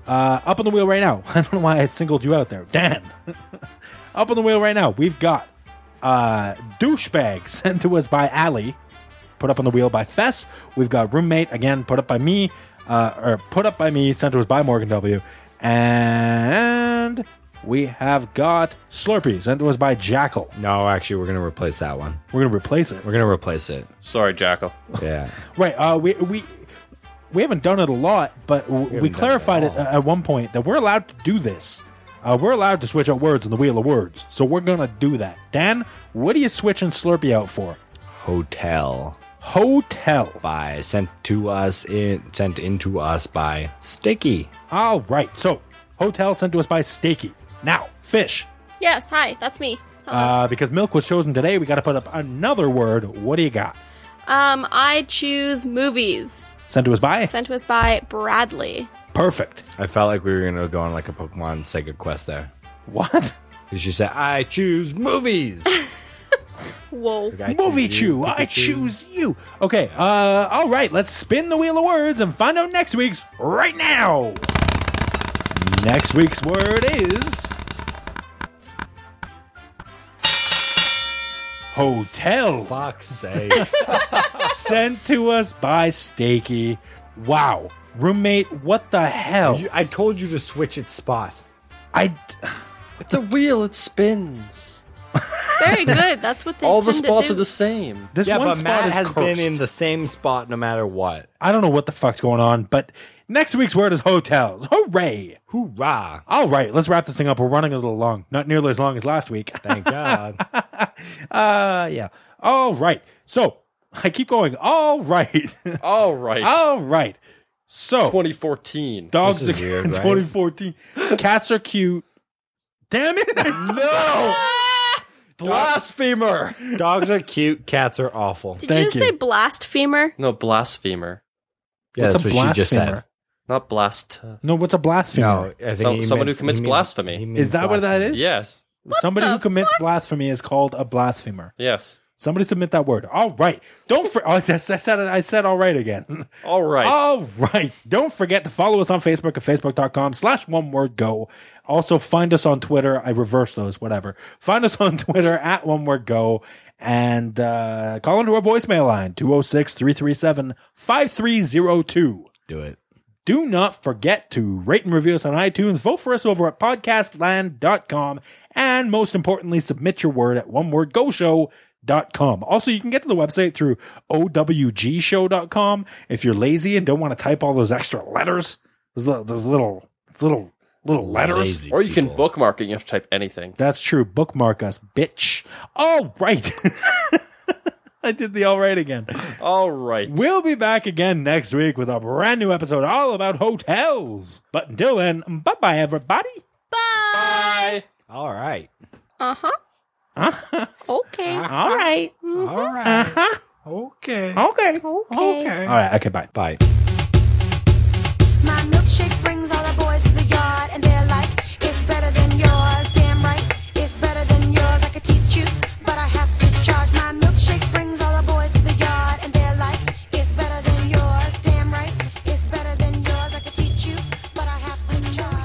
Speaker 1: uh, up on the wheel right now. I don't know why I singled you out there, Dan. up on the wheel right now. We've got uh, douchebag sent to us by Allie, put up on the wheel by Fess. We've got roommate again put up by me. uh, or put up by me. Sent to us by Morgan W. And we have got Slurpee, sent to us by Jackal.
Speaker 9: No, actually, we're gonna replace that one.
Speaker 1: We're gonna replace it.
Speaker 9: We're gonna replace it.
Speaker 2: Sorry, Jackal.
Speaker 9: Yeah.
Speaker 1: Right. Uh, we we we haven't done it a lot, but w- we,
Speaker 9: done it
Speaker 1: clarified
Speaker 9: at
Speaker 1: it, at one point that we're allowed to do this. Uh, we're allowed to switch out words in the wheel of words, so we're gonna do that. Dan, what are you switching Slurpee out for?
Speaker 9: Hotel
Speaker 1: Hotel.
Speaker 9: by sent to us in sent into us by Sticky.
Speaker 1: All right. So hotel sent to us by Stakey. Now fish.
Speaker 5: Yes, hi, that's me.
Speaker 1: Uh, because milk was chosen today, we got to put up another word. What do you got?
Speaker 5: Um, I choose movies.
Speaker 1: Sent to us by
Speaker 5: Sent to us by Bradley.
Speaker 1: perfect.
Speaker 9: I felt like we were gonna go on like a Pokemon Sega quest there.
Speaker 1: What?
Speaker 9: Because she said, "I choose movies."
Speaker 5: Whoa.
Speaker 9: Like, I
Speaker 1: Movie
Speaker 9: choose
Speaker 1: chew.
Speaker 9: you,
Speaker 1: I
Speaker 9: Pikachu.
Speaker 1: choose you. Okay. Uh, all right. Let's spin the wheel of words and find out next week's right now. Next week's word is hotel.
Speaker 9: Fuck's sake!
Speaker 1: Sent to us by Stakey. Wow. Roommate, what the hell?
Speaker 9: You- I told you to switch its spot.
Speaker 1: I
Speaker 2: It's a wheel. It spins.
Speaker 5: Very good. That's what they
Speaker 2: All the
Speaker 5: tend to
Speaker 2: spots
Speaker 5: do.
Speaker 2: are the same.
Speaker 1: this
Speaker 9: Yeah,
Speaker 1: one
Speaker 9: but
Speaker 1: spot
Speaker 9: Matt
Speaker 1: is
Speaker 9: has
Speaker 1: cursed.
Speaker 9: been in the same spot no matter what.
Speaker 1: I don't know what the fuck's going on, but next week's word is hotels. Hooray!
Speaker 9: Hoorah!
Speaker 1: All right, let's wrap this thing up. We're running a little long, not nearly as long as last week.
Speaker 9: Thank God.
Speaker 1: uh, yeah. All right. So I keep going. All right.
Speaker 2: All right.
Speaker 1: All right. So
Speaker 2: 2014.
Speaker 1: dogs
Speaker 9: This
Speaker 1: are
Speaker 9: is weird, right?
Speaker 1: 2014. Cats are cute. Damn it! no.
Speaker 2: Blasphemer.
Speaker 9: Dogs are cute. Cats are awful.
Speaker 5: Did
Speaker 1: Thank
Speaker 5: you just
Speaker 1: you.
Speaker 5: say blasphemer?
Speaker 2: No, blasphemer.
Speaker 9: Yeah,
Speaker 1: What's
Speaker 9: that's
Speaker 1: a
Speaker 9: what she just said.
Speaker 1: blasphemer?
Speaker 2: Not blast.
Speaker 1: No, what's a
Speaker 9: No,
Speaker 1: blasphemer?
Speaker 9: I think
Speaker 2: Some-
Speaker 9: he
Speaker 2: someone
Speaker 9: meant-
Speaker 2: who commits
Speaker 9: he means-
Speaker 2: blasphemy.
Speaker 9: he means
Speaker 1: Is that what that
Speaker 9: blasphemy.
Speaker 1: is?
Speaker 2: Yes.
Speaker 1: Somebody who
Speaker 5: the
Speaker 1: commits blasphemy is called a blasphemer.
Speaker 2: Yes.
Speaker 1: Somebody submit that word. All right. Don't for- oh, I said it. I said all right again.
Speaker 2: All right.
Speaker 1: All right. Don't forget to follow us on Facebook at facebook.com slash one word go. Also find us on Twitter. I reverse those, whatever. Find us on Twitter at one word go and uh, call into our voicemail line 206 337 5302.
Speaker 9: Do it.
Speaker 1: Do not forget to rate and review us on iTunes, vote for us over at podcastland.com, and most importantly, submit your word at onewordgoshow.com. Also, you can get to the website through owgshow.com if you're lazy and don't want to type all those extra letters. Those, li- those little, little, little letters.
Speaker 9: Lazy
Speaker 2: or you can
Speaker 9: people.
Speaker 2: bookmark it. You have to type anything.
Speaker 1: That's true. Bookmark us, bitch. All right. I did the all right again.
Speaker 2: All right.
Speaker 1: We'll be back again next week with a brand new episode all about hotels. But until then, bye bye, everybody.
Speaker 2: Bye.
Speaker 9: All right.
Speaker 5: Uh huh. Okay.
Speaker 2: Ah.
Speaker 1: All right.
Speaker 9: All right. Okay.
Speaker 1: Okay. Okay. All right. Okay. Bye.
Speaker 9: Bye.
Speaker 10: My milkshake brings all the boys to the yard, and they're like, it's better than yours. Damn right, it's better than yours. I could teach you, but I have to charge. My milkshake brings all the boys to the yard, and they're like, it's better than yours. Damn right, it's better than yours. I could teach you, but I have to charge.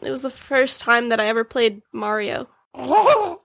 Speaker 5: It was the first time that I ever played Mario.